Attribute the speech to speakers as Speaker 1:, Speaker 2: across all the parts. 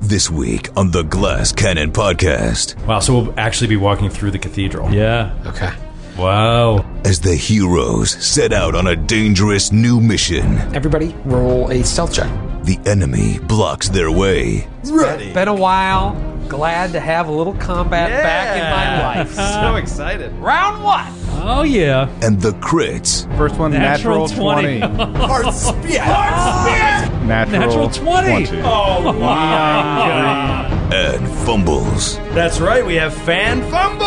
Speaker 1: This week on the Glass Cannon Podcast,
Speaker 2: Wow, so we'll actually be walking through the cathedral.
Speaker 3: Yeah.
Speaker 4: Okay.
Speaker 2: Wow.
Speaker 1: as the heroes set out on a dangerous new mission,
Speaker 4: Everybody, roll a stealth check.
Speaker 1: the enemy blocks their way.
Speaker 4: Been a while. Glad to have a little combat back in my life.
Speaker 2: So excited.
Speaker 4: Round one.
Speaker 3: Oh yeah.
Speaker 1: and the crits
Speaker 5: First one, natural,
Speaker 3: Natural
Speaker 5: 20.
Speaker 3: 20.
Speaker 5: Natural,
Speaker 3: Natural 20.
Speaker 2: Oh, wow.
Speaker 1: and fumbles.
Speaker 2: That's right, we have fan fumble.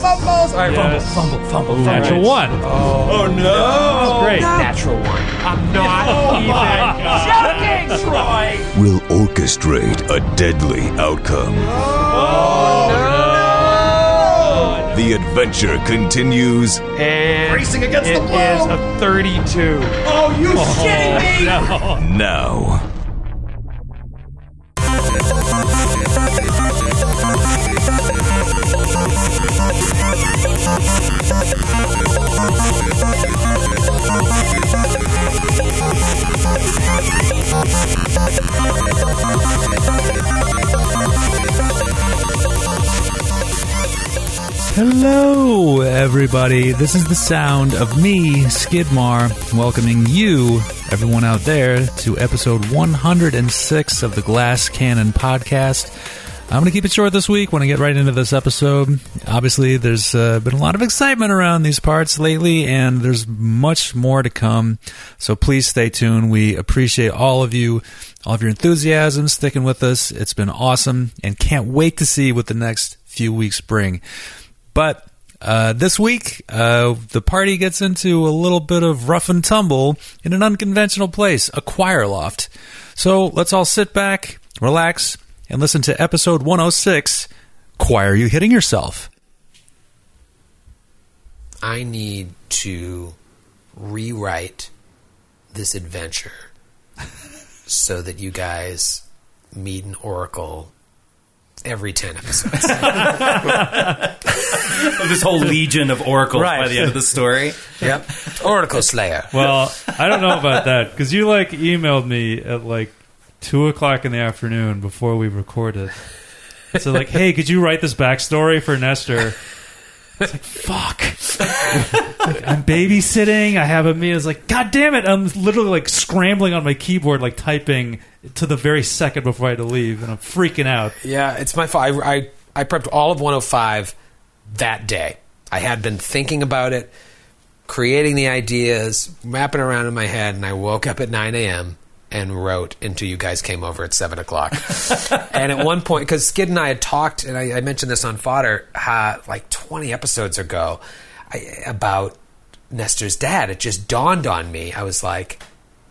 Speaker 4: Fumbles. All right,
Speaker 3: Yes.
Speaker 4: fumble, fumble, fumble, fumble.
Speaker 3: Natural one.
Speaker 2: Oh, no.
Speaker 3: Great.
Speaker 4: Natural one. I'm not even joking, Troy.
Speaker 1: will orchestrate a deadly outcome. The adventure continues
Speaker 4: And
Speaker 2: Racing against the Oh,
Speaker 4: it is a Oh, 32.
Speaker 1: now.
Speaker 3: Hello, everybody. This is the sound of me, Skidmar, welcoming you, everyone out there, to episode 106 of the Glass Cannon podcast. I'm going to keep it short this week when I get right into this episode. Obviously, there's uh, been a lot of excitement around these parts lately, and there's much more to come. So please stay tuned. We appreciate all of you, all of your enthusiasm, sticking with us. It's been awesome, and can't wait to see what the next few weeks bring. But uh, this week, uh, the party gets into a little bit of rough and tumble in an unconventional place, a choir loft. So let's all sit back, relax, and listen to episode 106 Choir You Hitting Yourself?
Speaker 4: I need to rewrite this adventure so that you guys meet an oracle every 10 episodes.
Speaker 2: This whole legion of oracles by the end of the story.
Speaker 4: yep. Oracle Slayer.
Speaker 6: Well, I don't know about that because you like emailed me at like two o'clock in the afternoon before we recorded. So like, hey, could you write this backstory for Nestor? It's like fuck. Like, I'm babysitting. I have a meal. It's like, god damn it! I'm literally like scrambling on my keyboard, like typing to the very second before I had to leave, and I'm freaking out.
Speaker 4: Yeah, it's my fault. I, I, I prepped all of 105 that day. I had been thinking about it, creating the ideas, wrapping around in my head, and I woke up at 9 a.m. and wrote until you guys came over at 7 o'clock. and at one point, because Skid and I had talked, and I, I mentioned this on Fodder uh, like 20 episodes ago I, about Nestor's dad. It just dawned on me. I was like,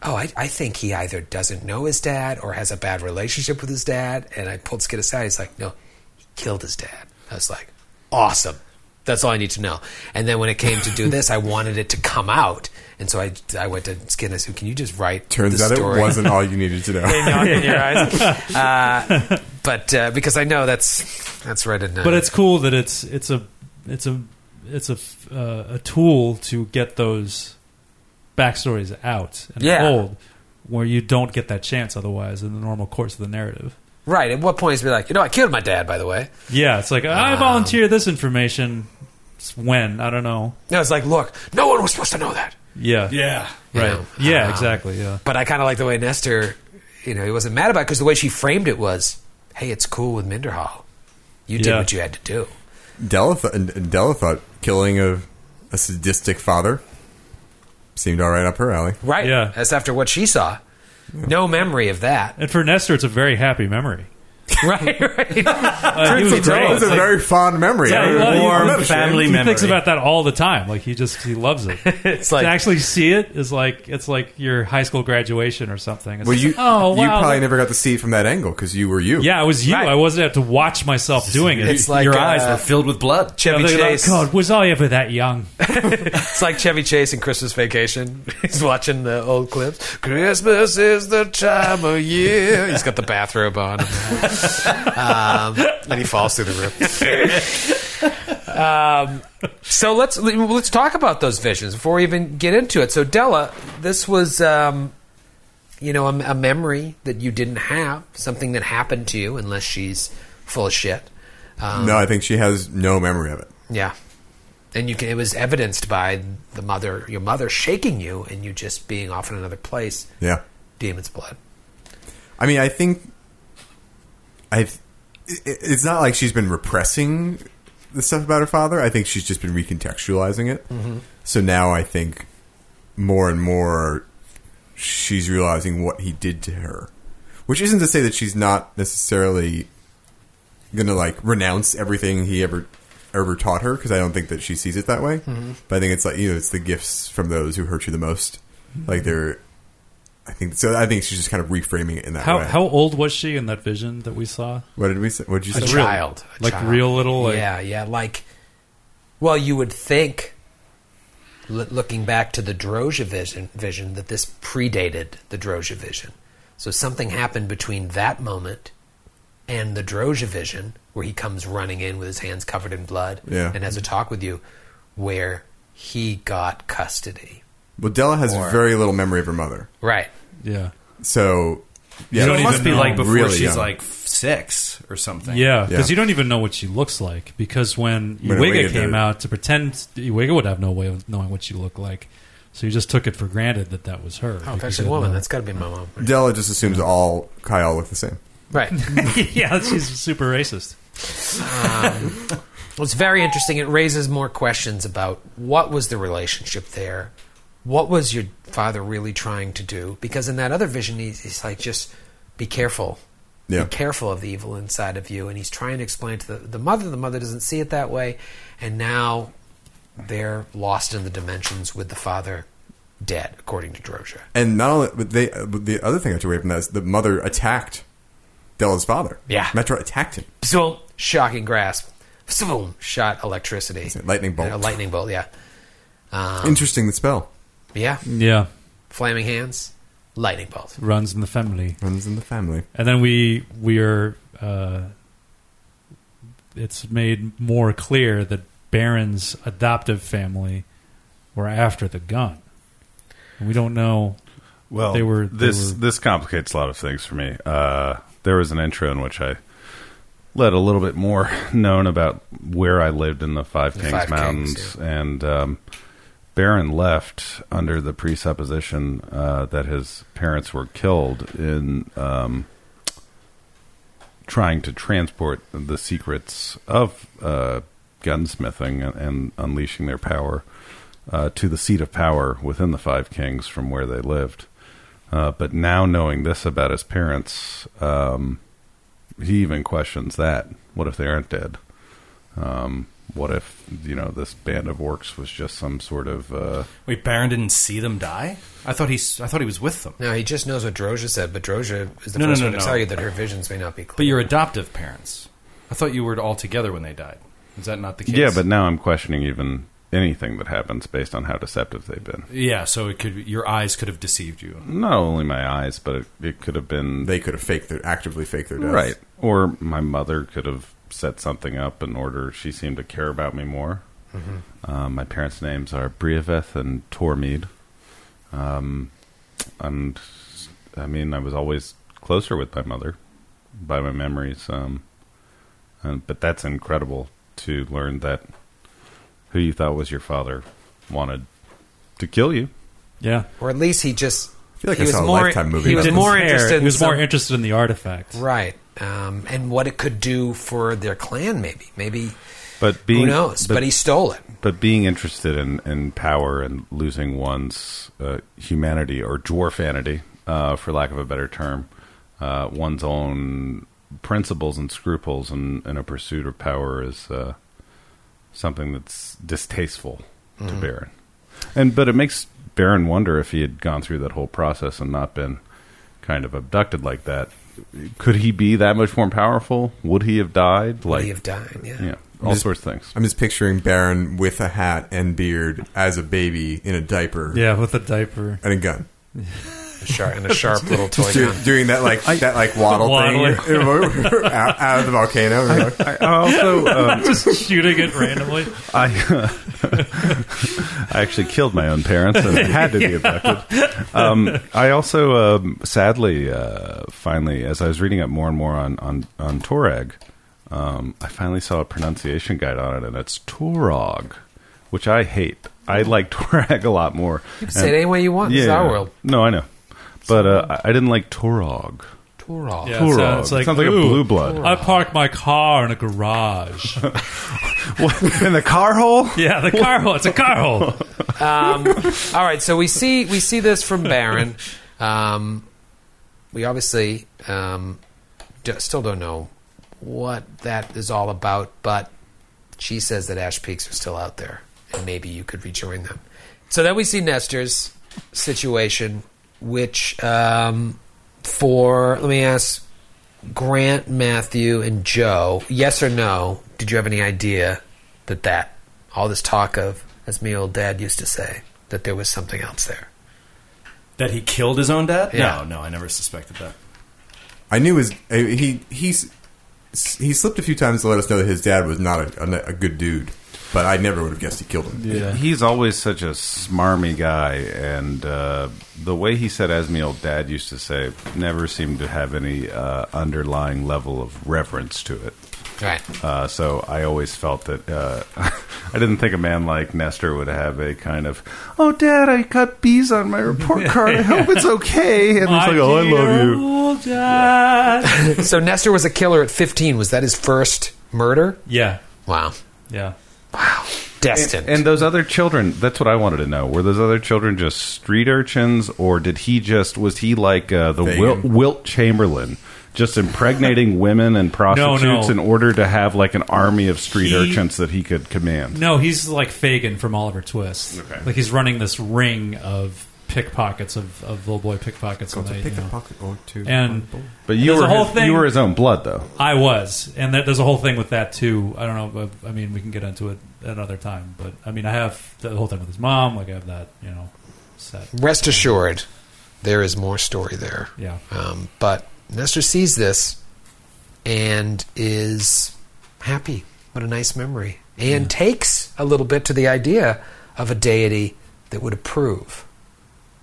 Speaker 4: oh, I, I think he either doesn't know his dad or has a bad relationship with his dad. And I pulled Skid aside. He's like, no, he killed his dad. I was like, awesome. That's all I need to know. And then when it came to do this, I wanted it to come out. And so I, I went to Skid and I said, can you just write
Speaker 7: Turns
Speaker 4: the
Speaker 7: out it
Speaker 4: story?
Speaker 7: wasn't all you needed to know.
Speaker 4: knock in your eyes. Uh, but uh, because I know that's that's right in. Uh,
Speaker 6: But it's cool that it's it's a it's a it's a f- uh, a tool to get those backstories out and
Speaker 4: Yeah.
Speaker 6: told where you don't get that chance otherwise in the normal course of the narrative.
Speaker 4: right. At what point is it be like, you know, I killed my dad. By the way,
Speaker 6: Yeah, it's like I volunteer this information. It's when I don't know.
Speaker 4: no, it's like, look, no one was supposed to know that.
Speaker 6: Yeah,
Speaker 2: Yeah.
Speaker 4: You
Speaker 6: right.
Speaker 4: know,
Speaker 6: yeah,
Speaker 4: um,
Speaker 6: exactly. Yeah,
Speaker 4: But I kind of like the way Nestor, you know, he wasn't mad about it because the way she framed it was, "Hey, it's cool with Minderhall. You did
Speaker 6: Yeah.
Speaker 4: what you had to do."
Speaker 7: Della, th- Della thought killing a, a sadistic father seemed all right up her alley.
Speaker 4: Right.
Speaker 6: Yeah.
Speaker 4: That's after what she saw. No memory of that.
Speaker 6: and for Nestor, it's a very happy memory.
Speaker 4: right. Right.
Speaker 6: Uh, he was
Speaker 4: It's a-
Speaker 6: great.
Speaker 7: That was a
Speaker 6: It's like,
Speaker 7: very fond memory.
Speaker 6: Yeah,
Speaker 7: I
Speaker 6: he
Speaker 7: was-
Speaker 6: loved- he
Speaker 7: I'm
Speaker 6: loved
Speaker 7: not ashamed.
Speaker 2: family
Speaker 6: he
Speaker 2: memory.
Speaker 6: thinks about that all the time. Like he just he loves it.
Speaker 4: It's like
Speaker 6: to actually see it is like it's like your high school graduation or something. It's
Speaker 7: Well,
Speaker 6: just
Speaker 7: you,
Speaker 6: like, oh wow,
Speaker 7: you probably
Speaker 6: that-
Speaker 7: never got to see it from that angle because you were you.
Speaker 6: yeah, it was you.
Speaker 4: Right.
Speaker 6: I wasn't have to watch myself doing it.
Speaker 4: It's like,
Speaker 2: Your
Speaker 4: uh,
Speaker 2: eyes were filled with blood.
Speaker 4: Chevy
Speaker 6: They're like, "Oh,
Speaker 4: Chase.
Speaker 6: God, was I ever that young?
Speaker 4: It's like Chevy Chase in Christmas Vacation. He's watching the old clips. Christmas is the time of year. He's got the bathrobe on, um, and he falls through the roof. um, so let's let's talk about those visions before we even get into it. So Della, this was um, you know, a, a memory that you didn't have, something that happened to you, unless she's full of shit. Um,
Speaker 7: no, I think she has no memory of it.
Speaker 4: Yeah. And you can, it was evidenced by the mother, your mother shaking you and you just being off in another place.
Speaker 7: Yeah.
Speaker 4: Demon's blood.
Speaker 7: I mean, I think I. it- It's not like she's been repressing the stuff about her father. I think she's just been recontextualizing it. So now I think more and more she's realizing what he did to her, which isn't to say that she's not necessarily going to like renounce everything he ever ever taught her because I don't think that she sees it that way. But I think it's like you know it's the gifts from those who hurt you the most. Like they're, I think so. I think she's just kind of reframing it in that
Speaker 6: How
Speaker 7: way.
Speaker 6: how old was she in that vision that we saw?
Speaker 7: What did we say? What did you
Speaker 4: A
Speaker 7: say?
Speaker 6: real-
Speaker 4: child. a
Speaker 6: like
Speaker 4: child.
Speaker 6: real little, like-
Speaker 4: yeah, yeah. Like, well, you would think, l- looking back to the Droja vision, vision, that this predated the Droja vision. So something happened between that moment and the Droja vision, where he comes running in with his hands covered in blood
Speaker 7: Yeah.
Speaker 4: and has a talk with you, where he got custody.
Speaker 7: Well, Della has
Speaker 4: Or-
Speaker 7: very little memory of her mother,
Speaker 4: Right.
Speaker 6: Yeah,
Speaker 7: so yeah,
Speaker 2: so
Speaker 7: she
Speaker 2: it must
Speaker 7: was
Speaker 2: be like before
Speaker 7: really
Speaker 2: she's
Speaker 7: young.
Speaker 2: like f- six or something.
Speaker 6: yeah, because
Speaker 7: Yeah.
Speaker 6: you don't even know what she looks like because when
Speaker 7: When
Speaker 6: Iwiga
Speaker 7: Iwiga
Speaker 6: came
Speaker 7: did it.
Speaker 6: out to pretend Iwiga would have no way of knowing what she looked like, so you just took it for granted that that was her.
Speaker 4: Oh,
Speaker 6: because
Speaker 4: that's
Speaker 6: you
Speaker 4: a
Speaker 6: didn't
Speaker 4: woman.
Speaker 6: know.
Speaker 4: That's got to be my mom.
Speaker 7: Della just assumes all Kyle look the same.
Speaker 4: Right.
Speaker 6: yeah, she's super racist.
Speaker 4: Well, it's very interesting. It raises more questions about what was the relationship there? What was your father really trying to do? Because in that other vision, he's, he's like, just be careful.
Speaker 7: Yeah.
Speaker 4: Be careful of the evil inside of you. And he's trying to explain to the, the mother. The mother doesn't see it that way. And now they're lost in the dimensions with the father dead, according to Droja.
Speaker 7: And not only, but they. But the other thing I took away from that is the mother attacked Della's father.
Speaker 4: Yeah.
Speaker 7: Metro attacked him.
Speaker 4: Zoom. Shocking grasp. Zoom. Shot electricity.
Speaker 7: a lightning bolt.
Speaker 4: A lightning bolt, yeah.
Speaker 7: Interesting the spell
Speaker 4: Yeah.
Speaker 6: Yeah,
Speaker 4: Flaming hands. Lightning bolt.
Speaker 6: runs in the family.
Speaker 7: runs in the family.
Speaker 6: and then we we are uh, it's made more clear that Baron's adoptive family were after the gun. And we don't know.
Speaker 5: Well,
Speaker 6: They were- they
Speaker 5: this
Speaker 6: were-
Speaker 5: this complicates a lot of things for me. Uh, there was an intro in which I let a little bit more known about where I lived in the Five Kings
Speaker 4: Five Kings,
Speaker 5: Mountains, and um, Baron left under the presupposition uh, that his parents were killed in um, trying to transport the secrets of uh, gunsmithing and, and unleashing their power uh, to the seat of power within the Five Kings from where they lived. Uh, but now knowing this about his parents, um, he even questions that. What if they aren't dead? Um, what if you know this band of orcs was just some sort of uh,
Speaker 2: Wait, Baron didn't see them die. I thought he. s- I thought he was with them.
Speaker 4: No, he just knows what Droja said, but Droja is the
Speaker 2: No, no,
Speaker 4: first
Speaker 2: no,
Speaker 4: one to
Speaker 2: no.
Speaker 4: tell you that her visions may not be clear.
Speaker 2: But your adoptive parents. I thought you were all together when they died. Is that not the case?
Speaker 5: yeah? But now I'm questioning even anything that happens based on how deceptive they've been.
Speaker 2: yeah. So it could. Your eyes could have deceived you.
Speaker 5: Not only my eyes, but it, it could have been
Speaker 7: They could have faked their actively faked their death.
Speaker 5: Right. Or my mother could have set something up in order. She seemed to care about me more.
Speaker 4: Mm-hmm.
Speaker 5: Um, my parents' names are Briaveth and Tormead. Um, and I mean, I was always closer with my mother by my memories. Um, and, but that's incredible to learn that who you thought was your father wanted to kill you.
Speaker 6: Yeah,
Speaker 4: or at least he just.
Speaker 7: I feel like
Speaker 4: he
Speaker 7: I
Speaker 4: was
Speaker 7: saw a
Speaker 4: more,
Speaker 7: Lifetime movie
Speaker 4: He
Speaker 7: about
Speaker 4: was
Speaker 7: this.
Speaker 4: more
Speaker 6: Fair.
Speaker 4: interested. in
Speaker 6: He was more
Speaker 4: some-
Speaker 6: interested in the artifact.
Speaker 4: right? Um, and what it could do for their clan, maybe, maybe
Speaker 5: But
Speaker 4: who
Speaker 5: being
Speaker 4: knows? But, he stole it.
Speaker 5: but being interested in, in power and losing one's uh, humanity or dwarfanity, uh, for lack of a better term, uh, one's own principles and scruples in, in a pursuit of power is uh, something that's distasteful to Baron. And but it makes Baron wonder if he had gone through that whole process and not been kind of abducted like that. Could he be that much more powerful? Would he have died? Like
Speaker 4: he have died? Yeah.
Speaker 5: yeah, all sorts of things.
Speaker 7: I'm just picturing Baron with a hat and beard as a baby in a diaper
Speaker 6: Yeah, with a diaper.
Speaker 7: and a gun.
Speaker 4: a sharp, and a sharp little toy
Speaker 7: Do,
Speaker 4: gun.
Speaker 7: doing that like that like waddle
Speaker 6: Waddling.
Speaker 7: thing out, out of the volcano.
Speaker 5: I I also um,
Speaker 6: Just shooting it randomly.
Speaker 5: I, I actually killed my own parents and I had to be abducted. Um, I also, um, sadly, uh, finally, as I was reading up more and more on on on Torag, um, I finally saw a pronunciation guide on it, and it's Torog, which I hate. I like Torag a lot more. You
Speaker 4: say it any way you want. It's our world.
Speaker 5: No, I know, but uh, I- I didn't like Torog.
Speaker 4: Turok.
Speaker 6: Yeah,
Speaker 5: Turok.
Speaker 6: it sounds like,
Speaker 5: Sounds like a
Speaker 6: "Ooh,
Speaker 5: blue blood."
Speaker 6: I parked my car in a garage.
Speaker 5: What, in the car hole?
Speaker 6: yeah, the car hole. It's a car hole.
Speaker 4: Um, all right, so we see we see this from Baron. Um, we obviously um, d- still don't know what that is all about, but she says that Ash Peaks are still out there, and maybe you could rejoin them. So then we see Nestor's situation, which um, for let me ask Grant, Matthew, and Joe, yes or no? Did you have any idea that that all this talk of, as my old dad used to say, that there was something else there?
Speaker 8: That he killed his own dad?
Speaker 4: Yeah.
Speaker 8: No, no, I never suspected that.
Speaker 7: I knew his uh, he he's he slipped a few times to let us know that his dad was not a, a good dude, but I never would have guessed he killed him.
Speaker 5: He's always such a smarmy guy, and uh, the way he said, as my old dad used to say, never seemed to have any uh, underlying level of reverence to it.
Speaker 4: Right.
Speaker 5: Uh, so I always felt that uh, I didn't think a man like Nestor would have a kind of, oh, dad, I got B's on my report card. I hope it's okay. And it's like, oh, I love you.
Speaker 6: you.
Speaker 4: so Nestor was a killer at 15. Was that his first murder?
Speaker 6: Yeah,
Speaker 4: Wow.
Speaker 6: yeah.
Speaker 4: Destined.
Speaker 5: And those other children, that's what I wanted to know. Were those other children just street urchins, or did he just, was he like uh, the
Speaker 7: Fagin.
Speaker 5: Wilt, Wilt Chamberlain, just impregnating women and prostitutes
Speaker 6: no.
Speaker 5: in order to have like an army of street
Speaker 6: He-
Speaker 5: urchins that he could command?
Speaker 6: No, he's like Fagin from Oliver Twist.
Speaker 5: Okay.
Speaker 6: Like he's running this ring of pickpockets of, of little boy pickpockets. And, they,
Speaker 7: pick
Speaker 6: you
Speaker 7: the
Speaker 6: know.
Speaker 7: pocket or two.
Speaker 6: and
Speaker 5: But you
Speaker 6: There's
Speaker 5: were,
Speaker 6: a whole
Speaker 5: his,
Speaker 6: thing-
Speaker 5: you were his own blood, though.
Speaker 6: I was, and there, there's a whole thing with that too. I don't know. but- I mean, we can get into it another time. But I mean, I have the whole thing with his mom. Like I have that, you know, set.
Speaker 4: Rest assured, there is more story there.
Speaker 6: Yeah.
Speaker 4: Um, but Nestor sees this and is happy. What a nice memory. And takes a little bit to the idea of a deity that would approve.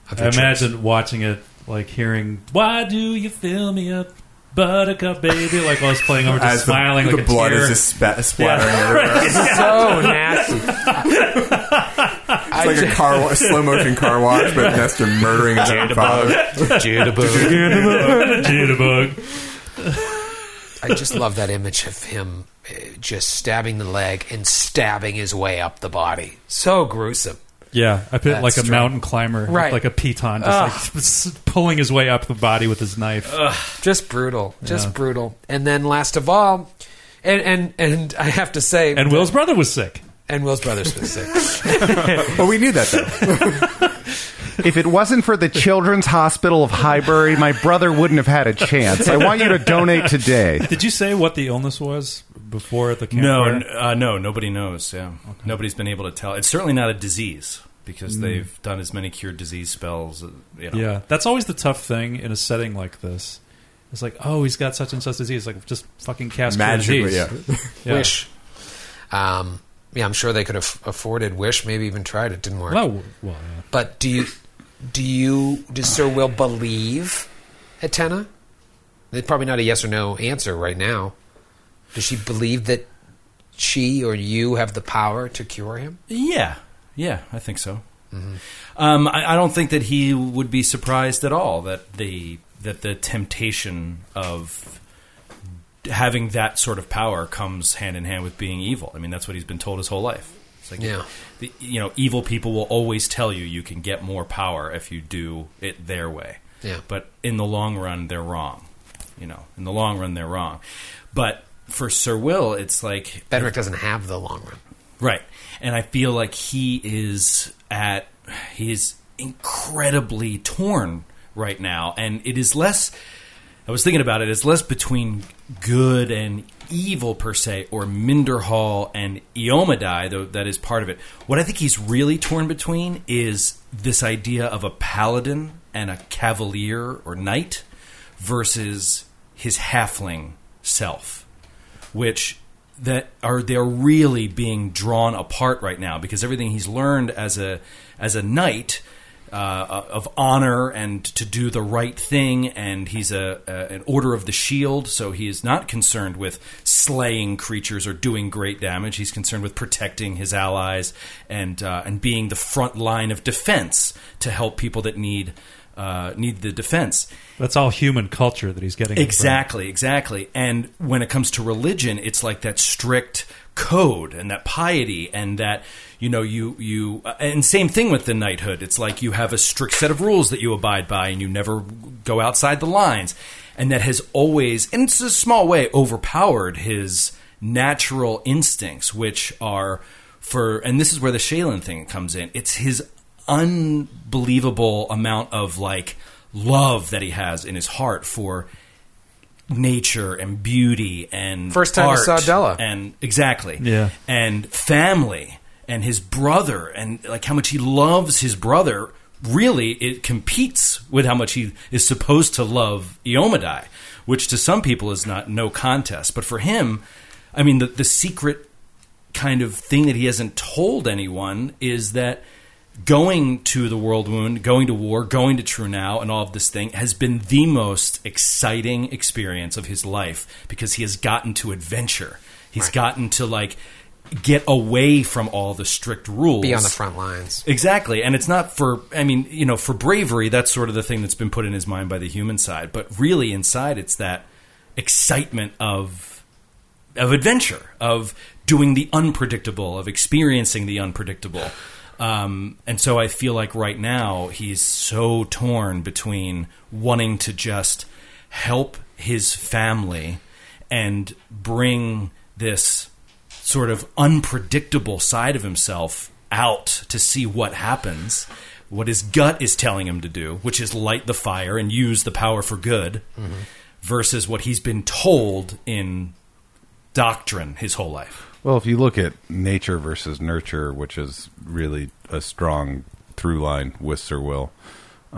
Speaker 4: Of
Speaker 6: I
Speaker 4: your choice.
Speaker 6: imagine watching it, like hearing, "Why do you fill me up, Buttercup, baby?" Like while I was playing over, just
Speaker 7: As the,
Speaker 6: smiling,
Speaker 7: the
Speaker 6: like a
Speaker 7: blood
Speaker 6: tear.
Speaker 7: is just spat, splattering everywhere.
Speaker 4: so nasty. I
Speaker 7: It's like a car wa- slow motion car wash, but Nestor murdering his own father.
Speaker 6: Jitterbug.
Speaker 4: I just love that image of him uh, just stabbing the leg and stabbing his way up the body. So gruesome.
Speaker 6: Yeah, I put
Speaker 4: That's
Speaker 6: like a
Speaker 4: true.
Speaker 6: mountain climber, with,
Speaker 4: Right.
Speaker 6: Like a piton, just like s- pulling his way up the body with his knife.
Speaker 4: Just brutal. Just
Speaker 6: Yeah.
Speaker 4: brutal. And then last of all, and and and I have to say,
Speaker 6: and Will's brother was sick.
Speaker 4: and Will's brothers was sick.
Speaker 7: Well, we knew that though.
Speaker 5: If it wasn't for the Children's Hospital of Highbury, my brother wouldn't have had a chance. I want you to donate today.
Speaker 6: Did you say what the illness was before the
Speaker 8: No,
Speaker 6: campfire?
Speaker 8: n- uh, no, nobody knows. Yeah, nobody's been able to tell. It's certainly not a disease because they've done as many cure disease spells. uh, You know.
Speaker 6: Yeah, that's always the tough thing in a setting like this. It's like, oh, he's got such and such disease. Like, just fucking cast cure
Speaker 7: Magically,
Speaker 6: disease.
Speaker 7: yeah.
Speaker 6: Yeah.
Speaker 4: Wish. Um, yeah, I'm sure they could have afforded Wish. Maybe even tried it. Didn't work.
Speaker 6: Well, well, yeah.
Speaker 4: But do you do you does Sir Will believe Atena? There's probably not a yes or no answer right now. Does she believe that she or you have the power to cure him?
Speaker 8: Yeah, yeah, I think so. Um, I, I don't think that he would be surprised at all that the that the temptation of having that sort of power comes hand in hand with being evil. I mean, that's what he's been told his whole life. It's like,
Speaker 4: Yeah.
Speaker 8: the, you know, evil people will always tell you you can get more power if you do it their way.
Speaker 4: Yeah.
Speaker 8: But in the long run, they're wrong. You know, in the long run, they're wrong. But for Sir Will, it's like
Speaker 4: Bedrick doesn't have the long run.
Speaker 8: Right. And I feel like he is at he is incredibly torn right now and it is less I was thinking about it, it's less between good and evil per se or Minderhall and Eomadi, though that is part of it. What I think he's really torn between is this idea of a paladin and a cavalier or knight versus his halfling self, which that are they're really being drawn apart right now because everything he's learned as a as a knight uh, of honor and to do the right thing, and he's a, a an order of the shield, so he is not concerned with slaying creatures or doing great damage. He's concerned with protecting his allies and uh, and being the front line of defense to help people that need uh, need the defense.
Speaker 6: That's all human culture that he's getting. it from.
Speaker 8: Exactly, exactly. And when it comes to religion, it's like that strict code and that piety and that you know you you uh, and same thing with the knighthood. It's like you have a strict set of rules that you abide by and you never go outside the lines. And that has always, in a small way, overpowered his natural instincts, which are for. And this is where the Shaylin thing comes in. It's his unbelievable amount of like love that he has in his heart for nature and beauty and
Speaker 4: First time I
Speaker 8: art
Speaker 4: saw Della.
Speaker 8: and exactly
Speaker 6: Yeah.
Speaker 8: and family and his brother and like how much he loves his brother really it competes with how much he is supposed to love Iomidai which to some people is not no contest but for him I mean the the secret kind of thing that he hasn't told anyone is that going to the world wound, going to war, going to True Now, and all of this thing has been the most exciting experience of his life because he has gotten to adventure. He's gotten to like get away from all the strict rules.
Speaker 4: Be on the front lines.
Speaker 8: Exactly. And it's not for, I mean, you know, for bravery, that's sort of the thing that's been put in his mind by the human side. But really, inside, it's that excitement of of adventure, of doing the unpredictable, of experiencing the unpredictable. Um, and so I feel like right now he's so torn between wanting to just help his family and bring this sort of unpredictable side of himself out to see what happens, what his gut is telling him to do, which is light the fire and use the power for good, versus what he's been told in doctrine his whole life.
Speaker 5: Well, if you look at nature versus nurture, which is really a strong through line with Sir Will,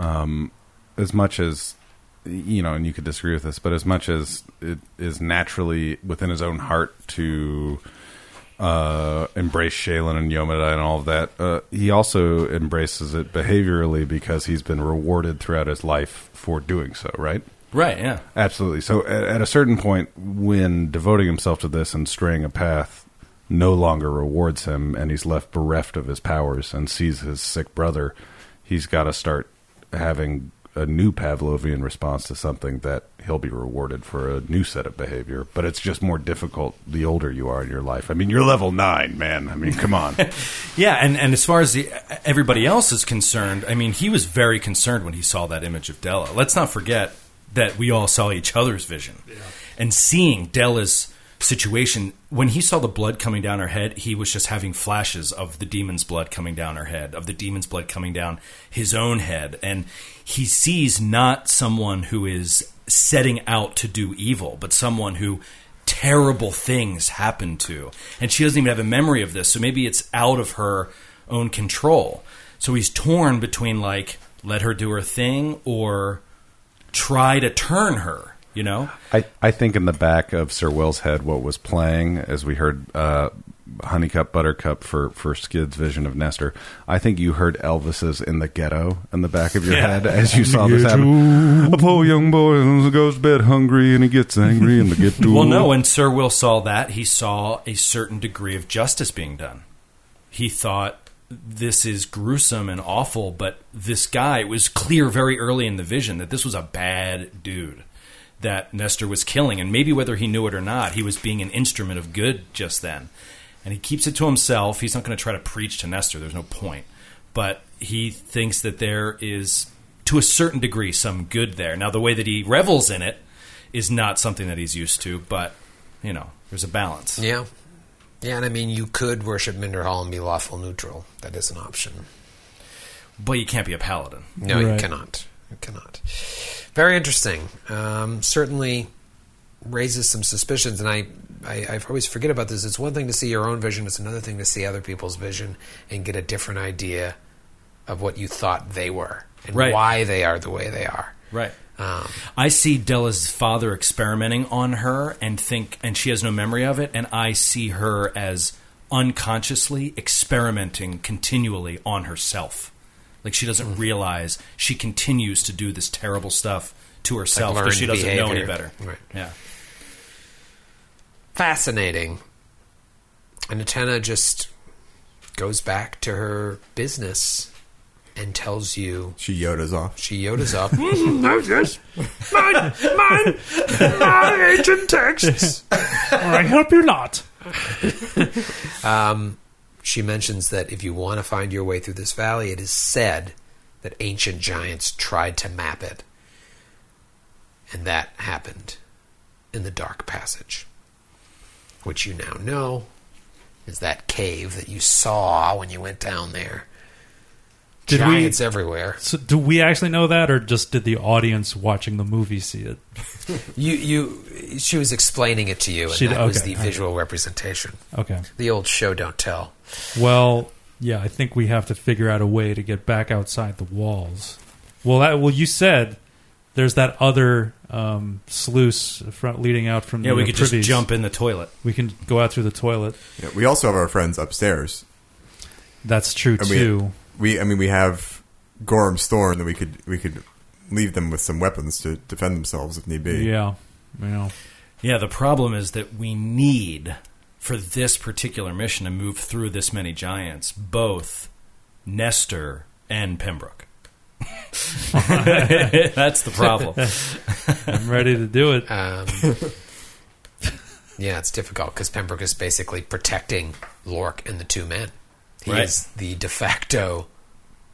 Speaker 5: um, as much as you know, and you could disagree with this, but as much as it is naturally within his own heart to uh, embrace Shaylin and Yomada and all of that, uh, he also embraces it behaviorally because he's been rewarded throughout his life for doing so. Right.
Speaker 8: Right, yeah.
Speaker 5: Absolutely. So at, at a certain point, when devoting himself to this and straying a path no longer rewards him, and he's left bereft of his powers and sees his sick brother, he's got to start having a new Pavlovian response to something that he'll be rewarded for a new set of behavior. But it's just more difficult the older you are in your life. I mean, you're level nine, man. I mean, come on.
Speaker 8: Yeah, and, and as far as the, everybody else is concerned, I mean, he was very concerned when he saw that image of Della. Let's not forget that we all saw each other's vision. And seeing Della's situation, when he saw the blood coming down her head, he was just having flashes of the demon's blood coming down her head, of the demon's blood coming down his own head. And he sees not someone who is setting out to do evil, but someone who terrible things happen to. And she doesn't even have a memory of this, so maybe it's out of her own control. So he's torn between like let her do her thing or try to turn her, you know?
Speaker 5: I, I think in the back of Sir Will's head, what was playing, as we heard uh, Honeycup Buttercup for, for Skid's vision of Nestor, I think you heard Elvis's in the ghetto in the back of your head as you saw this happen. A poor young boy goes to bed hungry and he gets angry in the ghetto.
Speaker 8: Well, no, when Sir Will saw that, he saw a certain degree of justice being done. He thought this is gruesome and awful, but this guy it was clear very early in the vision that this was a bad dude that Nestor was killing, and maybe whether he knew it or not, he was being an instrument of good just then. And he keeps it to himself. He's not going to try to preach to Nestor. There's no point. But he thinks that there is, to a certain degree, some good there. Now, the way that he revels in it is not something that he's used to, but, you know, there's a balance.
Speaker 4: Yeah. Yeah, and I mean, you could worship Minderhall and be lawful neutral. That is an option.
Speaker 8: But you can't be a paladin.
Speaker 4: No, you
Speaker 6: Right.
Speaker 4: cannot. You cannot. Very interesting. Um, certainly raises some suspicions, and I, I, I always forget about this. It's one thing to see your own vision; it's another thing to see other people's vision and get a different idea of what you thought they were. and
Speaker 8: Right.
Speaker 4: why they are the way they are.
Speaker 8: Right.
Speaker 4: Um,
Speaker 8: I see Della's father experimenting on her and think, and she has no memory of it, and I see her as unconsciously experimenting continually on herself. Like she doesn't
Speaker 4: Mm.
Speaker 8: realize she continues to do this terrible stuff to herself because
Speaker 4: learned
Speaker 8: she doesn't know any
Speaker 4: behavior.
Speaker 8: better.
Speaker 4: Right.
Speaker 8: Yeah.
Speaker 4: fascinating. And Atena just goes back to her business and tells you
Speaker 7: She Yoda's off.
Speaker 4: she Yoda's up.
Speaker 6: I hope you're not.
Speaker 4: she mentions that if you want to find your way through this valley, it is said that ancient giants tried to map it. And that happened in the dark passage, which you now know is that cave that you saw when you went down there.
Speaker 6: Did we-
Speaker 4: giants everywhere.
Speaker 6: So do we actually know that, or just did the audience watching the movie see it?
Speaker 4: You, you, she was explaining it to you, and
Speaker 6: She-
Speaker 4: that was
Speaker 6: okay,
Speaker 4: the visual representation.
Speaker 6: Okay.
Speaker 4: The old show don't tell.
Speaker 6: Well, yeah, I think we have to figure out a way to get back outside the walls. Well, that, well, you said there's that other um, sluice front leading out from
Speaker 8: Yeah,
Speaker 6: the
Speaker 8: we
Speaker 6: uh,
Speaker 8: could
Speaker 6: privies.
Speaker 8: just jump in the toilet.
Speaker 6: We can go out through the toilet.
Speaker 7: Yeah, we also have our friends upstairs.
Speaker 6: That's true
Speaker 7: And
Speaker 6: too.
Speaker 7: we, we, I mean, we have Gorm's Thorn that we could we could leave them with some weapons to defend themselves if need be.
Speaker 6: yeah, you know.
Speaker 8: Yeah, the problem is that we need for this particular mission to move through this many giants, both Nestor and Pembroke. That's the problem.
Speaker 6: I'm ready to do it.
Speaker 4: Um, yeah, it's difficult because Pembroke is basically protecting Lork and the two men. He
Speaker 8: Right.
Speaker 4: is the de facto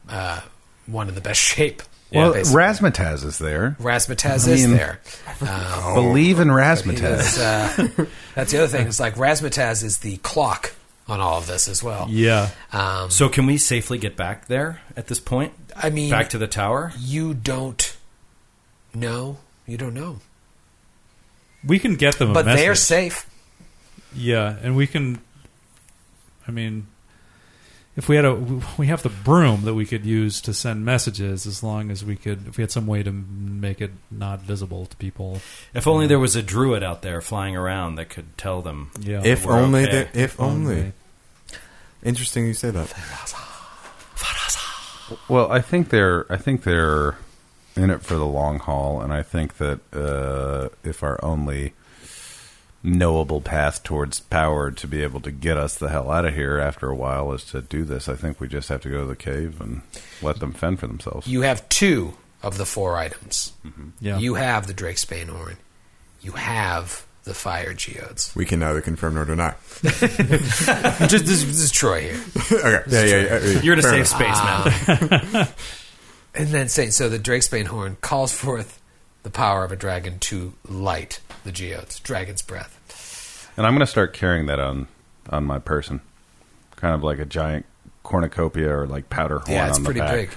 Speaker 4: uh, one in the best shape.
Speaker 5: Well,
Speaker 4: basically.
Speaker 5: Razzmatazz is there.
Speaker 4: Razzmatazz
Speaker 5: I
Speaker 4: is
Speaker 5: mean-
Speaker 4: there. Um,
Speaker 5: Believe in
Speaker 4: He
Speaker 5: Razzmatazz.
Speaker 4: is, uh, that's the other thing. It's like Razzmatazz is the clock on all of this as well.
Speaker 6: yeah,
Speaker 4: Um,
Speaker 8: So, can we safely get back there at this point?
Speaker 4: I mean,
Speaker 8: Back to the tower?
Speaker 4: you don't know. You don't know.
Speaker 6: we can get them. A
Speaker 4: But they're
Speaker 6: message.
Speaker 4: safe.
Speaker 6: Yeah, and we can. I mean, if we had a, we have the broom that we could use to send messages. As long as we could, if we had some way to make it not visible to people.
Speaker 8: If only there was a druid out there flying around that could tell them.
Speaker 6: Yeah.
Speaker 7: If
Speaker 8: We're
Speaker 7: only.
Speaker 8: okay.
Speaker 7: that- if only. Interesting you say that.
Speaker 5: Well, I think they're I think they're in it for the long haul, and I think that uh, if our only knowable path towards power to be able to get us the hell out of here after a while is to do this, I think we just have to go to the cave and let them fend for themselves.
Speaker 4: You have two of the four items.
Speaker 6: Yeah.
Speaker 4: You have the Drake's Bane horn. You have the fire geodes.
Speaker 7: We can neither confirm nor deny.
Speaker 4: Just, this, this is Troy here.
Speaker 7: okay. Yeah, yeah, yeah, yeah.
Speaker 8: You're in a
Speaker 7: Fair
Speaker 8: safe space, man.
Speaker 4: And then say so the Drake's Bane horn calls forth the power of a dragon to light the geodes, dragon's breath.
Speaker 5: And I'm going to start carrying that on on my person, kind of like a giant cornucopia or like powder horn.
Speaker 4: yeah, it's
Speaker 5: on
Speaker 4: pretty
Speaker 5: the back.
Speaker 4: big.